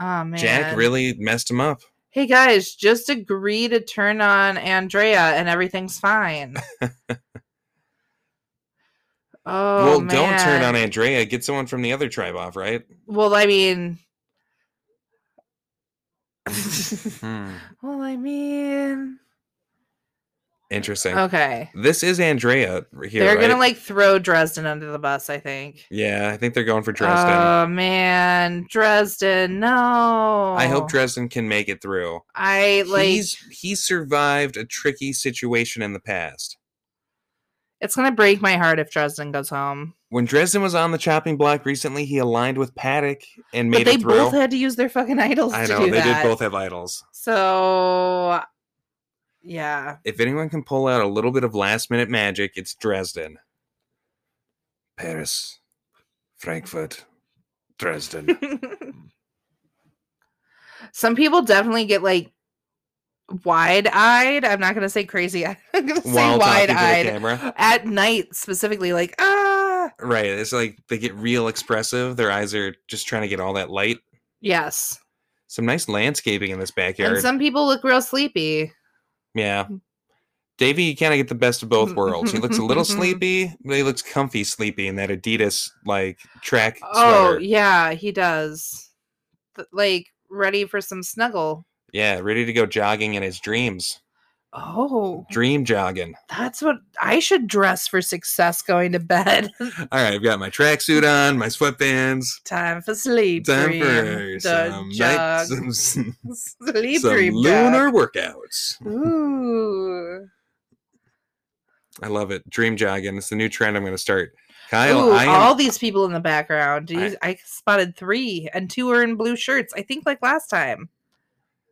Speaker 3: Oh man.
Speaker 2: Jack really messed him up.
Speaker 3: Hey guys, just agree to turn on Andrea and everything's fine. oh
Speaker 2: well, don't turn on
Speaker 3: man.
Speaker 2: Andrea. Get someone from the other tribe off, right?
Speaker 3: Well, I mean.
Speaker 2: Hmm.
Speaker 3: well, I mean.
Speaker 2: Interesting.
Speaker 3: Okay.
Speaker 2: This is Andrea r- here.
Speaker 3: Oh. They're gonna
Speaker 2: right?
Speaker 3: like throw Dresden under the bus, I think.
Speaker 2: Yeah, I think they're going for Dresden.
Speaker 3: Oh man, Dresden, no.
Speaker 2: I hope Dresden can make it through.
Speaker 3: I Oh. like
Speaker 2: He's he survived a tricky situation in the past.
Speaker 3: it's gonna break my heart if Dresden goes home.
Speaker 2: When Dresden was on the chopping block recently, he aligned with Paddock and made
Speaker 3: But they
Speaker 2: it through.
Speaker 3: both had to use their fucking idols
Speaker 2: I
Speaker 3: to
Speaker 2: know
Speaker 3: do
Speaker 2: they
Speaker 3: that.
Speaker 2: did both have idols.
Speaker 3: So yeah.
Speaker 2: if anyone can pull out a little bit of last minute magic, it's Dresden. Paris, Frankfurt, Dresden.
Speaker 3: Some people definitely get like wide eyed. I'm not gonna say crazy. I'm gonna say
Speaker 2: While talking
Speaker 3: wide
Speaker 2: to the
Speaker 3: eyed
Speaker 2: camera.
Speaker 3: at night specifically. Like ah,
Speaker 2: Right. It's like they get real expressive. Their eyes are just trying to get all that light.
Speaker 3: yes.
Speaker 2: Some nice landscaping in this
Speaker 3: And
Speaker 2: backyard.
Speaker 3: some people look real sleepy.
Speaker 2: yeah. Davey, you kind of get the best of both worlds. He looks a little sleepy, but he looks comfy sleepy in that Adidas like track
Speaker 3: Oh
Speaker 2: sweater.
Speaker 3: yeah, he does. Th- Like ready for some snuggle.
Speaker 2: yeah, ready to go jogging in his dreams.
Speaker 3: Oh,
Speaker 2: Dream jogging.
Speaker 3: that's what I should dress for success going to bed.
Speaker 2: All right, I've got my tracksuit on, my sweatbands.
Speaker 3: Time for sleep.
Speaker 2: Time
Speaker 3: dream,
Speaker 2: for
Speaker 3: the
Speaker 2: some, night,
Speaker 3: jog.
Speaker 2: some, some
Speaker 3: Sleep dream
Speaker 2: lunar workouts.
Speaker 3: jog. Ooh.
Speaker 2: I love it. Dream jogging. It's the new trend I'm going to start. Kyle,
Speaker 3: Ooh,
Speaker 2: I am,
Speaker 3: all these people in the background.
Speaker 2: I-
Speaker 3: You- I, spotted three, and two are in blue shirts. I think like last time.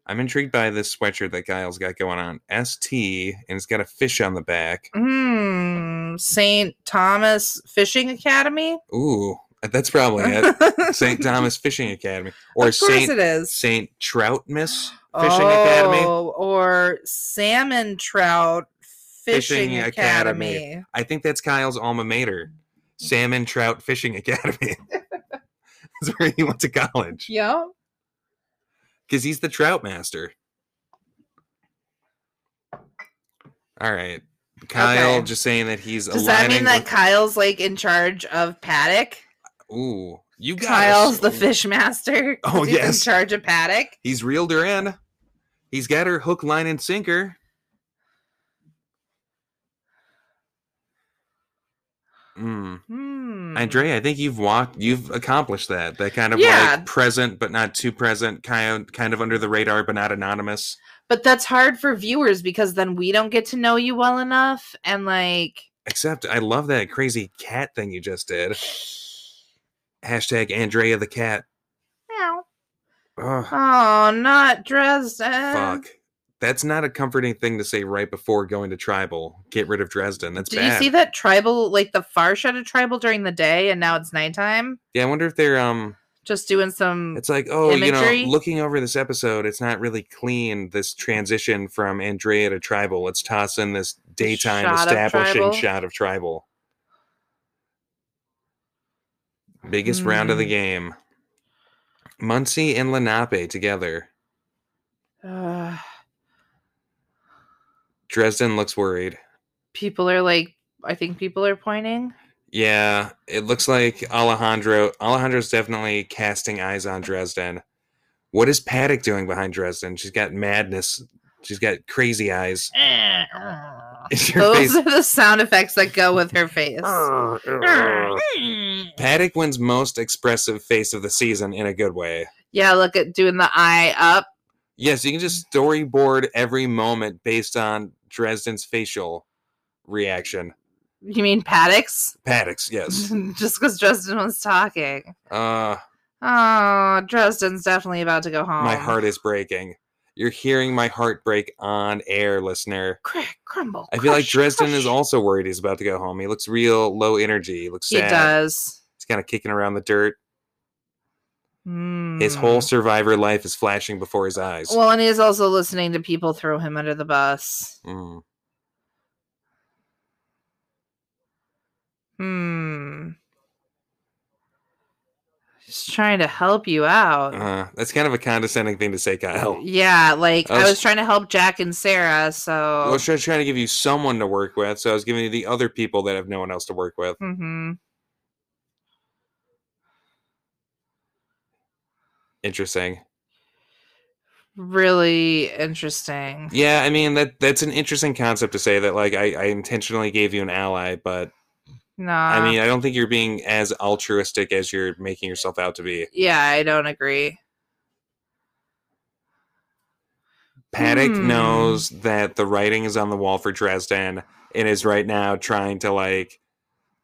Speaker 2: I'm intrigued by this sweatshirt that Kyle's got going on. ST, and it's got a fish on the back.
Speaker 3: Mm, St. Thomas Fishing Academy.
Speaker 2: Ooh, that's probably it. St. Thomas Fishing Academy. Oh, Or
Speaker 3: of course
Speaker 2: St.
Speaker 3: it is.
Speaker 2: St. Trout Miss Fishing Academy.
Speaker 3: Oh, or salmon trout fishing,
Speaker 2: Fishing Academy.
Speaker 3: academy.
Speaker 2: I think that's Kyle's alma mater,
Speaker 3: Mm.
Speaker 2: Salmon Trout Fishing Academy. that's where he went to college.
Speaker 3: Yep.
Speaker 2: because he's the trout master. All right, Kyle,
Speaker 3: Okay.
Speaker 2: just saying that he's
Speaker 3: Does that
Speaker 2: aligning.
Speaker 3: mean that
Speaker 2: with-
Speaker 3: Kyle's like in charge of paddock?
Speaker 2: Ooh, you got
Speaker 3: Kyle's the
Speaker 2: us.
Speaker 3: fish master. 'cause
Speaker 2: Oh,
Speaker 3: he's
Speaker 2: yes.
Speaker 3: in charge of paddock.
Speaker 2: He's reeled her in. He's got her hook, line, and sinker. Mm.
Speaker 3: Hmm.
Speaker 2: Andre, I think you've walked, you've accomplished that. That kind of
Speaker 3: Yeah.
Speaker 2: like present, but not too present, kind of, kind of under the radar, but not anonymous.
Speaker 3: But that's hard for viewers because then we don't get to know you well enough. And like,
Speaker 2: Except, I love that crazy cat thing you just did. Hashtag Andrea the cat.
Speaker 3: meow.
Speaker 2: Ugh.
Speaker 3: oh, not Dresden.
Speaker 2: Fuck. That's not a comforting thing to say right before going to tribal. Get rid of Dresden. That's
Speaker 3: Did
Speaker 2: bad.
Speaker 3: you see that tribal, like the far shot of tribal during the day, and now it's nighttime?
Speaker 2: Yeah, I wonder if they're um
Speaker 3: Just doing some.
Speaker 2: it's like, oh,
Speaker 3: Imagery?
Speaker 2: you know, looking over this episode, it's not really clean this transition from Andrea to tribal. Let's toss in this daytime
Speaker 3: shot of
Speaker 2: establishing
Speaker 3: tribal?
Speaker 2: shot of tribal. Biggest round of the
Speaker 3: Mm.
Speaker 2: game. Muncie and Lenape together.
Speaker 3: Ugh.
Speaker 2: Dresden looks worried.
Speaker 3: people are like, I think people are pointing.
Speaker 2: Yeah, it looks like Alejandro. Alejandro's definitely casting eyes on Dresden. What is Paddock doing behind Dresden? She's got madness. She's got crazy eyes. It's her
Speaker 3: Those
Speaker 2: face.
Speaker 3: are the sound effects that go with her face.
Speaker 2: Paddock wins most expressive face of the season in a good way.
Speaker 3: yeah, look at doing the eye up.
Speaker 2: Yes, you can just storyboard every moment based on Dresden's facial reaction.
Speaker 3: You mean Paddock's?
Speaker 2: Paddock's, yes.
Speaker 3: Just because Dresden was talking.
Speaker 2: Uh,
Speaker 3: Oh, Dresden's definitely about to go home.
Speaker 2: my heart is breaking. You're hearing my heart break on air, listener.
Speaker 3: Crack, crumble.
Speaker 2: I feel like
Speaker 3: crush,
Speaker 2: Dresden is
Speaker 3: crush.
Speaker 2: also worried he's about to go home. He looks real low energy. He looks
Speaker 3: He
Speaker 2: sad.
Speaker 3: does.
Speaker 2: He's kind of kicking around the dirt. His
Speaker 3: Mm.
Speaker 2: whole survivor life is flashing before his eyes.
Speaker 3: Well, and he's also listening to people throw him under the bus.
Speaker 2: Mm.
Speaker 3: Hmm. Just trying to help you out.
Speaker 2: Uh, that's kind of a condescending thing to say, Kyle.
Speaker 3: Yeah, like
Speaker 2: I
Speaker 3: I
Speaker 2: was-
Speaker 3: was trying to help Jack and Sarah, so
Speaker 2: I was try- trying to give you someone to work with, so I was giving you the other people that have no one else to work with.
Speaker 3: hmm
Speaker 2: Interesting.
Speaker 3: really interesting.
Speaker 2: Yeah, I mean that that's an interesting concept to say that like I, I intentionally gave you an ally, but
Speaker 3: No,
Speaker 2: I mean I don't think you're being as altruistic as you're making yourself out to be.
Speaker 3: yeah, I don't agree.
Speaker 2: Paddock
Speaker 3: Hmm.
Speaker 2: knows that the writing is on the wall for Dresden and is right now trying to like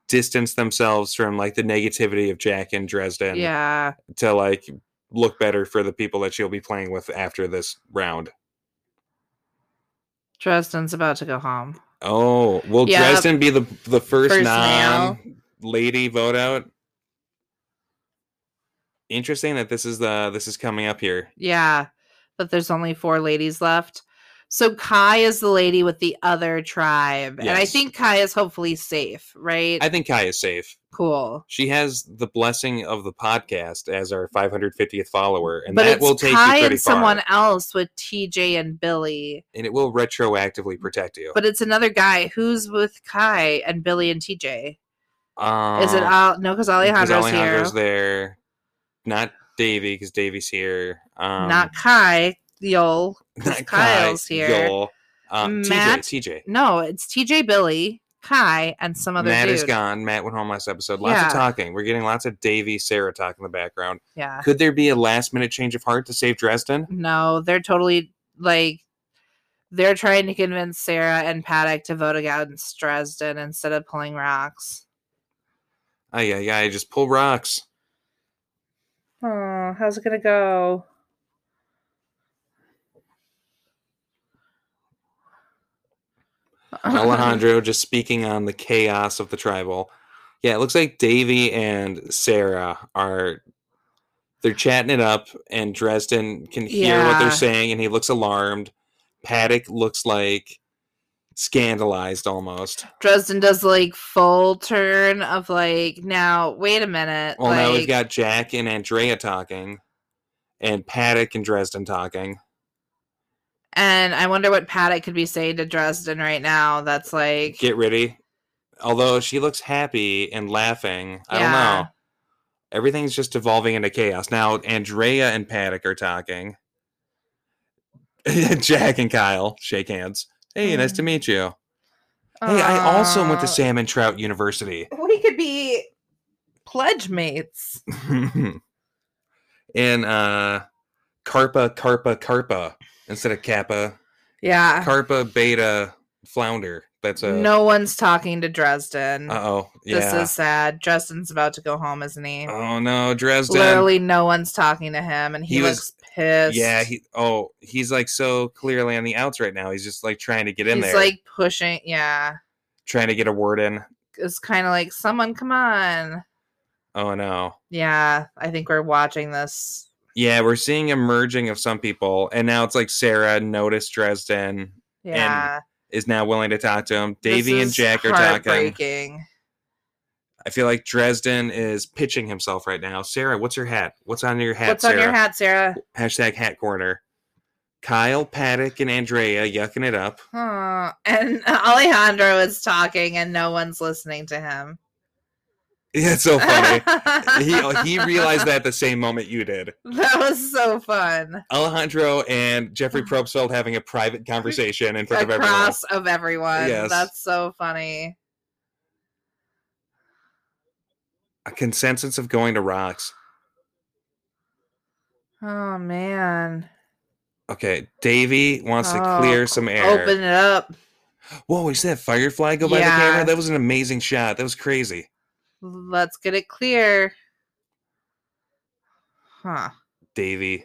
Speaker 2: distance themselves from like the negativity of Jack and Dresden
Speaker 3: yeah,
Speaker 2: to like look better for the people that she'll be playing with after this round.
Speaker 3: Dresden's about to go home.
Speaker 2: Oh, will
Speaker 3: Yeah.
Speaker 2: Dresden be the the first,
Speaker 3: First male.
Speaker 2: non lady vote out? Interesting that this is the this is coming up here.
Speaker 3: Yeah, but there's only four ladies left. So Kai is the lady with the other tribe, and I
Speaker 2: Yes.
Speaker 3: think Kai is hopefully safe, right?
Speaker 2: I think Kai is safe.
Speaker 3: cool.
Speaker 2: She has the blessing of the podcast as our 550th follower, and
Speaker 3: but
Speaker 2: that
Speaker 3: it's
Speaker 2: will take
Speaker 3: Kai
Speaker 2: you pretty
Speaker 3: and someone
Speaker 2: far,
Speaker 3: else with TJ and Billy.
Speaker 2: and it will retroactively protect you.
Speaker 3: Mm-hmm. But it's another guy who's with Kai and Billy and TJ.
Speaker 2: um,
Speaker 3: Is it Al? No, because
Speaker 2: because
Speaker 3: Alejandro's,
Speaker 2: Alejandro's
Speaker 3: here.
Speaker 2: there? Not Davy, because Davy's here. Um,
Speaker 3: Not Kai. Yol. 'cause
Speaker 2: not
Speaker 3: Kyle's here.
Speaker 2: Joel, um,
Speaker 3: Matt-
Speaker 2: TJ, TJ.
Speaker 3: No, it's TJ, Billy, Kai, and some other
Speaker 2: Matt
Speaker 3: dude.
Speaker 2: is gone. Matt went home last episode. Lots
Speaker 3: Yeah.
Speaker 2: of talking. We're getting lots of Davy, Sarah talk in the background.
Speaker 3: Yeah.
Speaker 2: Could there be a last minute change of heart to save Dresden?
Speaker 3: No, they're totally like they're trying to convince Sarah and Paddock to vote against Dresden instead of pulling rocks.
Speaker 2: Oh yeah, yeah. Just pull rocks.
Speaker 3: Oh, how's it gonna go?
Speaker 2: Alejandro just speaking on the chaos of the tribal. Yeah, it looks like Davy and Sarah are they're chatting it up, and Dresden can hear what
Speaker 3: Yeah.
Speaker 2: they're saying, and he looks alarmed. Paddock looks like scandalized almost.
Speaker 3: Dresden does like full turn of like now wait a minute
Speaker 2: Well,
Speaker 3: like
Speaker 2: now we've got Jack and Andrea talking, and Paddock and Dresden talking.
Speaker 3: and I wonder what Paddock could be saying to Dresden right now that's like
Speaker 2: Get ready. Although she looks happy and laughing, I
Speaker 3: Yeah.
Speaker 2: don't know. Everything's just evolving into chaos. Now, Andrea and Paddock are talking. Jack and Kyle shake hands. Hey, nice
Speaker 3: Mm.
Speaker 2: to meet you. Hey, I also went to
Speaker 3: Uh,
Speaker 2: Salmon Trout University.
Speaker 3: We could be pledge mates.
Speaker 2: and uh Carpa Carpa Carpa instead of Kappa.
Speaker 3: Yeah.
Speaker 2: Carpa Beta Flounder. That's a
Speaker 3: Ah. no one's talking to Dresden.
Speaker 2: Uh oh.
Speaker 3: This
Speaker 2: Yeah.
Speaker 3: is sad. Dresden's about to go home, isn't he?
Speaker 2: oh no, Dresden.
Speaker 3: Literally, no one's talking to him, and he,
Speaker 2: He was-
Speaker 3: looks pissed.
Speaker 2: Yeah, he oh, he's like so clearly on the outs right now. He's just like trying to get in
Speaker 3: he's
Speaker 2: there.
Speaker 3: like pushing. Yeah,
Speaker 2: trying to get a word in.
Speaker 3: it's kind of like someone, come on.
Speaker 2: Oh no.
Speaker 3: Yeah, I think we're watching this.
Speaker 2: Yeah, we're seeing a merging of some people, and now it's like Sarah noticed Dresden
Speaker 3: Yeah,
Speaker 2: is now willing to talk to him.
Speaker 3: this
Speaker 2: Davy and
Speaker 3: is
Speaker 2: Jack are talking.
Speaker 3: heartbreaking.
Speaker 2: I feel like Dresden is pitching himself right now. Sarah, what's your hat? What's on your hat,
Speaker 3: What's
Speaker 2: Sarah?
Speaker 3: on your hat, Sarah?
Speaker 2: Hashtag hat corner. Kyle, Paddock, and Andrea yucking it up.
Speaker 3: Huh. And Alejandro is talking, and no one's listening to him.
Speaker 2: Yeah, it's so funny. he, oh, he realized that the same moment you did.
Speaker 3: That was so fun.
Speaker 2: Alejandro and Jeffrey Probstfeld having a private conversation in front of everyone.
Speaker 3: Oh. Across of everyone.
Speaker 2: Yes.
Speaker 3: That's so funny.
Speaker 2: A consensus of going to rocks.
Speaker 3: Oh man.
Speaker 2: Okay, Davey wants to
Speaker 3: Oh,
Speaker 2: clear some air.
Speaker 3: Open it up.
Speaker 2: Whoa, is that Firefly go by the
Speaker 3: Yeah.
Speaker 2: camera? That was an amazing shot. That was crazy.
Speaker 3: Let's get it clear. Huh.
Speaker 2: Davey.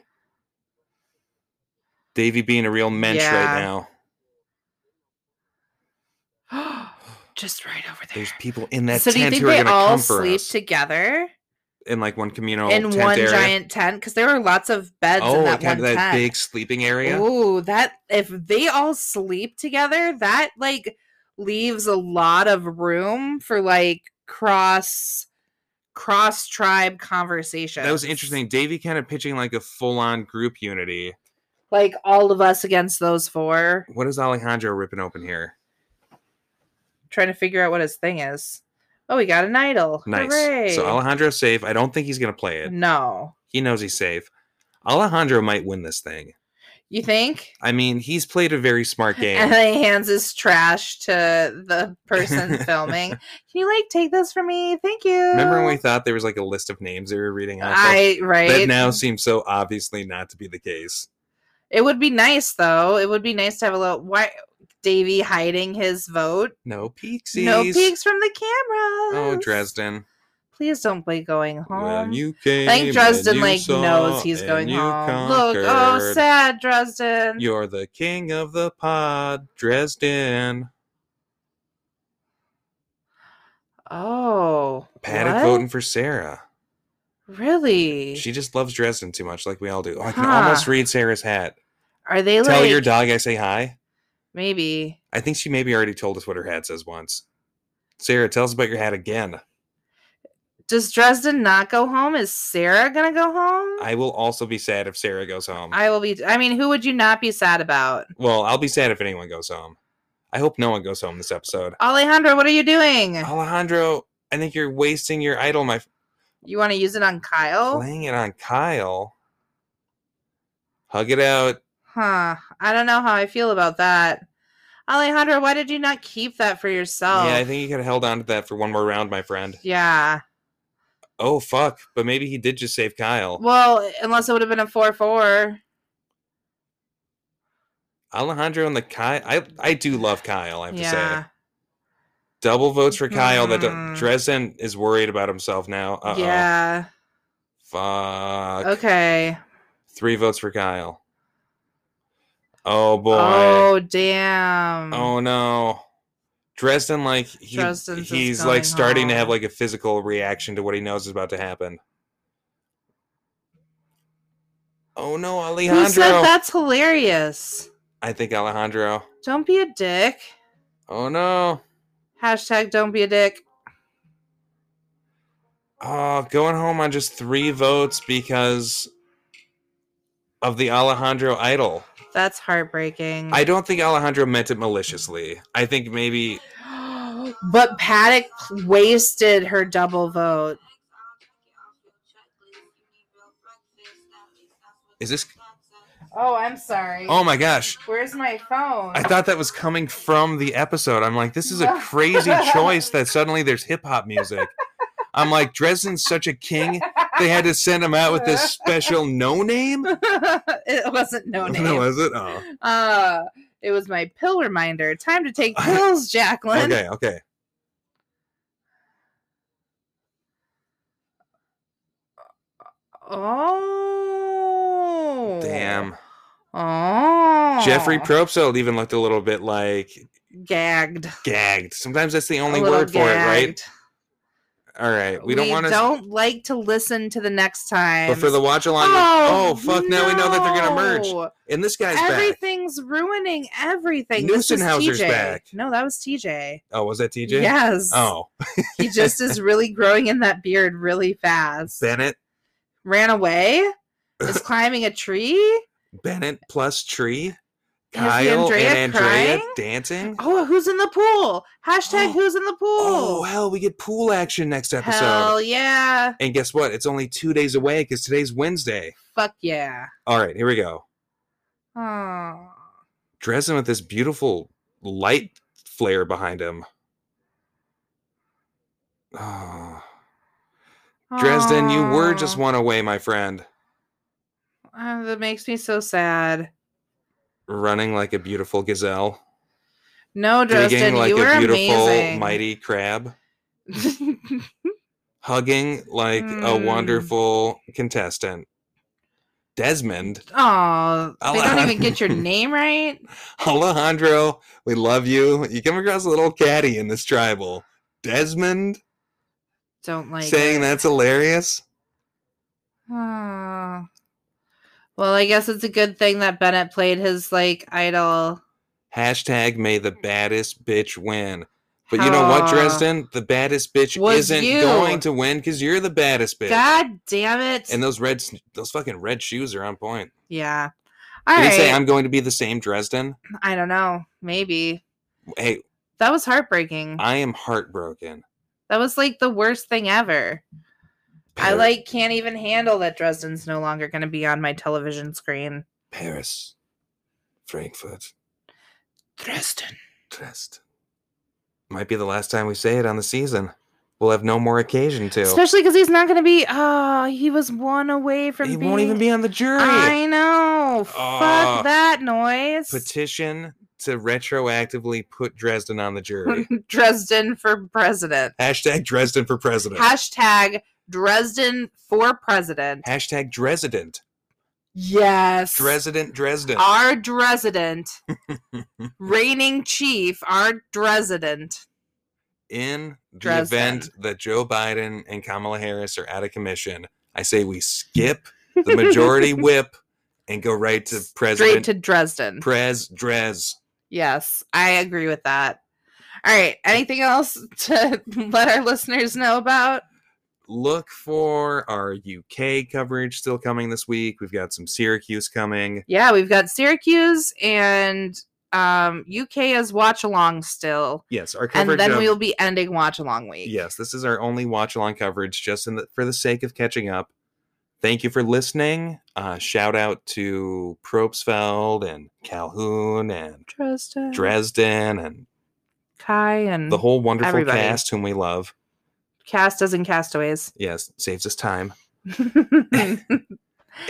Speaker 2: Davey being a real mensch
Speaker 3: Yeah.
Speaker 2: right now.
Speaker 3: Just right over there.
Speaker 2: There's people in that
Speaker 3: so do you
Speaker 2: tent
Speaker 3: think
Speaker 2: who are
Speaker 3: they
Speaker 2: going to
Speaker 3: all
Speaker 2: come for
Speaker 3: sleep
Speaker 2: us
Speaker 3: together
Speaker 2: in like one communal
Speaker 3: in
Speaker 2: tent
Speaker 3: one
Speaker 2: area.
Speaker 3: giant tent? Because there were lots of beds
Speaker 2: oh,
Speaker 3: in that
Speaker 2: kind
Speaker 3: one
Speaker 2: of that
Speaker 3: tent.
Speaker 2: big sleeping area.
Speaker 3: Ooh, that if they all sleep together, that like leaves a lot of room for like cross cross tribe conversation.
Speaker 2: That was interesting. Davey kind of pitching like a full-on group unity.
Speaker 3: Like all of us against those four,
Speaker 2: What is Alejandro ripping open here?
Speaker 3: trying to figure out what his thing is. Oh, we got an idol.
Speaker 2: Nice.
Speaker 3: Hooray.
Speaker 2: So Alejandro's safe. I don't think he's going to play it.
Speaker 3: no.
Speaker 2: He knows he's safe. Alejandro might win this thing.
Speaker 3: You think?
Speaker 2: I mean, he's played a very smart
Speaker 3: And
Speaker 2: game.
Speaker 3: then he hands his trash to the person filming. Can you like take this for me? Thank you.
Speaker 2: Remember when we thought there was like a list of names they were reading off? of?
Speaker 3: I right.
Speaker 2: That now seems so obviously not to be the case.
Speaker 3: It would be nice though. It would be nice to have a little why Davy hiding his vote.
Speaker 2: No peeksies.
Speaker 3: No peeks from the camera.
Speaker 2: Oh, Dresden.
Speaker 3: Please don't be going home.
Speaker 2: Well, you came.
Speaker 3: I think
Speaker 2: and
Speaker 3: Dresden
Speaker 2: you
Speaker 3: like
Speaker 2: saw,
Speaker 3: knows he's
Speaker 2: and
Speaker 3: going
Speaker 2: you
Speaker 3: home. Look, oh
Speaker 2: conquered.
Speaker 3: sad Dresden.
Speaker 2: You're the king of the pod, Dresden.
Speaker 3: oh.
Speaker 2: Paddock
Speaker 3: what?
Speaker 2: voting for Sarah.
Speaker 3: Really?
Speaker 2: She just loves Dresden too much, like we all do. Oh, I can
Speaker 3: Huh.
Speaker 2: almost read Sarah's hat.
Speaker 3: Are they
Speaker 2: Tell
Speaker 3: like
Speaker 2: your dog I say hi.
Speaker 3: maybe.
Speaker 2: I think she maybe already told us what her hat says once. Sarah, tell us about your hat again.
Speaker 3: Does Dresden not go home? Is Sarah gonna go home?
Speaker 2: I will also be sad if Sarah goes home.
Speaker 3: I will be I mean, who would you not be sad about?
Speaker 2: well, I'll be sad if anyone goes home. I hope no one goes home this episode.
Speaker 3: Alejandro, what are you doing?
Speaker 2: Oh. Alejandro, I think you're wasting your idol, my f-
Speaker 3: You wanna use it on Kyle?
Speaker 2: playing it on Kyle. Hug it out.
Speaker 3: Huh. I don't know how I feel about that. Alejandro, why did you not keep that for yourself?
Speaker 2: Yeah, I think you could have held on to that for one more round, my friend.
Speaker 3: Yeah.
Speaker 2: Oh fuck! But maybe he did just save Kyle.
Speaker 3: Well, unless it would have been a 4 4.
Speaker 2: Alejandro and the Kyle. I I do love Kyle. I have to
Speaker 3: Yeah.
Speaker 2: say, double votes for Kyle. That don't-
Speaker 3: Mm.
Speaker 2: Dresden is worried about himself now. Uh-oh.
Speaker 3: Yeah. Oh.
Speaker 2: Fuck.
Speaker 3: Okay.
Speaker 2: Three votes for Kyle. Oh boy. Oh,
Speaker 3: Oh, damn.
Speaker 2: no. Dresden, like he,
Speaker 3: Dresden's just
Speaker 2: he's like
Speaker 3: going
Speaker 2: starting to have
Speaker 3: home.
Speaker 2: like a physical reaction to what he knows is about to happen. Oh no,
Speaker 3: Who said
Speaker 2: Alejandro!
Speaker 3: that's hilarious?
Speaker 2: I think Alejandro.
Speaker 3: Don't be a dick.
Speaker 2: Oh no.
Speaker 3: Hashtag don't be a dick.
Speaker 2: Oh, going home on just three votes because of the Alejandro idol.
Speaker 3: That's heartbreaking.
Speaker 2: I don't think Alejandro meant it maliciously. I think maybe
Speaker 3: but Paddock wasted her double vote.
Speaker 2: is this
Speaker 3: Oh, I'm sorry.
Speaker 2: Oh my gosh.
Speaker 3: Where's my phone?
Speaker 2: I thought that was coming from the episode. I'm like, this is a
Speaker 3: No.
Speaker 2: crazy choice that suddenly there's hip hop music. I'm like, Dresden's such a king. They had to send him out with this special no name.
Speaker 3: it wasn't no name.
Speaker 2: was it? Oh.
Speaker 3: Uh, it was my pill reminder. Time to take pills, Jacqueline.
Speaker 2: Okay, okay.
Speaker 3: Oh.
Speaker 2: Damn.
Speaker 3: Oh.
Speaker 2: Jeffrey Probst even looked a little bit like
Speaker 3: gagged.
Speaker 2: gagged. Sometimes that's the
Speaker 3: A
Speaker 2: only
Speaker 3: little
Speaker 2: word for it, right?
Speaker 3: gagged.
Speaker 2: All right. We don't want to.
Speaker 3: don't like to listen to the next time.
Speaker 2: But for the watch along, oh, fuck, now we know that they're going to merge. And this guy's back.
Speaker 3: Everything's ruining everything. This is
Speaker 2: Neusenhauser's
Speaker 3: TJ.
Speaker 2: back.
Speaker 3: No, that was TJ.
Speaker 2: Oh, was that TJ?
Speaker 3: Yes.
Speaker 2: Oh,
Speaker 3: he just is really growing in that beard really fast.
Speaker 2: Bennett.
Speaker 3: Ran away? Is climbing a tree?
Speaker 2: Bennett plus tree.
Speaker 3: And is the
Speaker 2: Kyle
Speaker 3: Andrea
Speaker 2: and Andrea
Speaker 3: crying?
Speaker 2: dancing.
Speaker 3: Oh, who's in the pool? Hashtag
Speaker 2: Oh.
Speaker 3: who's in the
Speaker 2: Oh,
Speaker 3: pool?
Speaker 2: hell, we get pool action next episode.
Speaker 3: Hell yeah.
Speaker 2: And guess what? It's only two days away because today's Wednesday.
Speaker 3: Fuck yeah.
Speaker 2: All right, here we go.
Speaker 3: Oh.
Speaker 2: Dresden with this beautiful light flare behind him. Oh. Dresden, you were just
Speaker 3: Aw.
Speaker 2: one away, my friend.
Speaker 3: Oh, that makes me so sad.
Speaker 2: Running like a beautiful gazelle,
Speaker 3: No, Dresden,
Speaker 2: digging like
Speaker 3: you were
Speaker 2: a beautiful,
Speaker 3: amazing.
Speaker 2: mighty crab, hugging like a
Speaker 3: Mm.
Speaker 2: wonderful contestant. Desmond,
Speaker 3: Oh, they don't
Speaker 2: I'll-
Speaker 3: even get your name right.
Speaker 2: Alejandro, we love you. You come across a little catty in this tribal. Desmond
Speaker 3: Oh Don't like
Speaker 2: saying
Speaker 3: it.
Speaker 2: that's hilarious.
Speaker 3: Oh. Well, I guess it's a good thing that Bennett played his like idol.
Speaker 2: Hashtag may the baddest bitch win. But you know what,
Speaker 3: Huh.
Speaker 2: Dresden? The baddest bitch
Speaker 3: Was
Speaker 2: isn't
Speaker 3: you.
Speaker 2: going to win because you're the baddest bitch.
Speaker 3: God damn it!
Speaker 2: And those red, s- those fucking red shoes are on point.
Speaker 3: yeah. All
Speaker 2: Did
Speaker 3: right.
Speaker 2: he say I'm going to be the same Dresden?
Speaker 3: I don't know. Maybe
Speaker 2: Hey,
Speaker 3: that was heartbreaking.
Speaker 2: I am heartbroken.
Speaker 3: that was like the worst thing ever. I
Speaker 2: Par-
Speaker 3: like can't even handle that Dresden's no longer going to be on my television screen.
Speaker 2: Paris, Frankfurt,
Speaker 3: Dresden.
Speaker 2: Dresden. Might be the last time we say it on the season. We'll have no more occasion to.
Speaker 3: Especially because he's not going to be. Oh, he was one away from.
Speaker 2: he
Speaker 3: being,
Speaker 2: won't even be on the jury.
Speaker 3: I know.
Speaker 2: Oh.
Speaker 3: Fuck that noise.
Speaker 2: Petition to retroactively put Dresden on the jury.
Speaker 3: Dresden for president.
Speaker 2: Hashtag Dresden for president.
Speaker 3: Hashtag Dresden for president.
Speaker 2: Hashtag Dresden.
Speaker 3: Yes.
Speaker 2: Dresden, Dresden.
Speaker 3: Our Dresden. reigning chief, our Dresden.
Speaker 2: In the
Speaker 3: Dresden.
Speaker 2: event that Joe Biden and Kamala Harris are out of commission, I say we skip the majority whip and go right to
Speaker 3: Straight
Speaker 2: president.
Speaker 3: to Dresden.
Speaker 2: Prez Drez.
Speaker 3: Yes, I agree with that. All right. Anything else to let our listeners know about?
Speaker 2: Look for our UK coverage still coming this week. We've got some Syracuse coming.
Speaker 3: Yeah, we've got Syracuse and um, UK as watch along still.
Speaker 2: Yes, our
Speaker 3: And
Speaker 2: coverage.
Speaker 3: then
Speaker 2: of-
Speaker 3: we'll be ending watch along week.
Speaker 2: Yes, this is our only watch along coverage, just in the, for the sake of catching up. Thank you for listening. Uh, shout out to Probsfeld and Calhoun and
Speaker 3: Dresden.
Speaker 2: Dresden and
Speaker 3: Kai and
Speaker 2: the whole wonderful
Speaker 3: Everybody.
Speaker 2: cast whom we love.
Speaker 3: cast as in castaways.
Speaker 2: Yes, saves us time.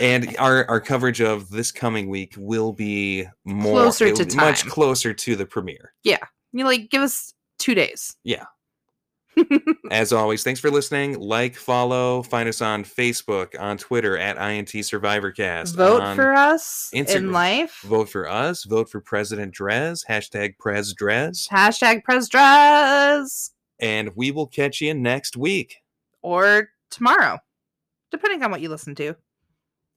Speaker 2: And our, our coverage of this coming week will be more
Speaker 3: Closer to
Speaker 2: it- much
Speaker 3: time.
Speaker 2: closer to the premiere.
Speaker 3: you like give us two days.
Speaker 2: As always, thanks for listening. Like, follow, find us on Facebook, on Twitter at INT SurvivorCast.
Speaker 3: Vote
Speaker 2: on-
Speaker 3: for us in
Speaker 2: Instagram.
Speaker 3: life.
Speaker 2: Vote for us. Vote for President Drez. Hashtag Prez Drez.
Speaker 3: Hashtag press dress
Speaker 2: And we will catch you next week.
Speaker 3: or tomorrow, depending on what you listen to.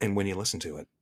Speaker 2: And when you listen to it.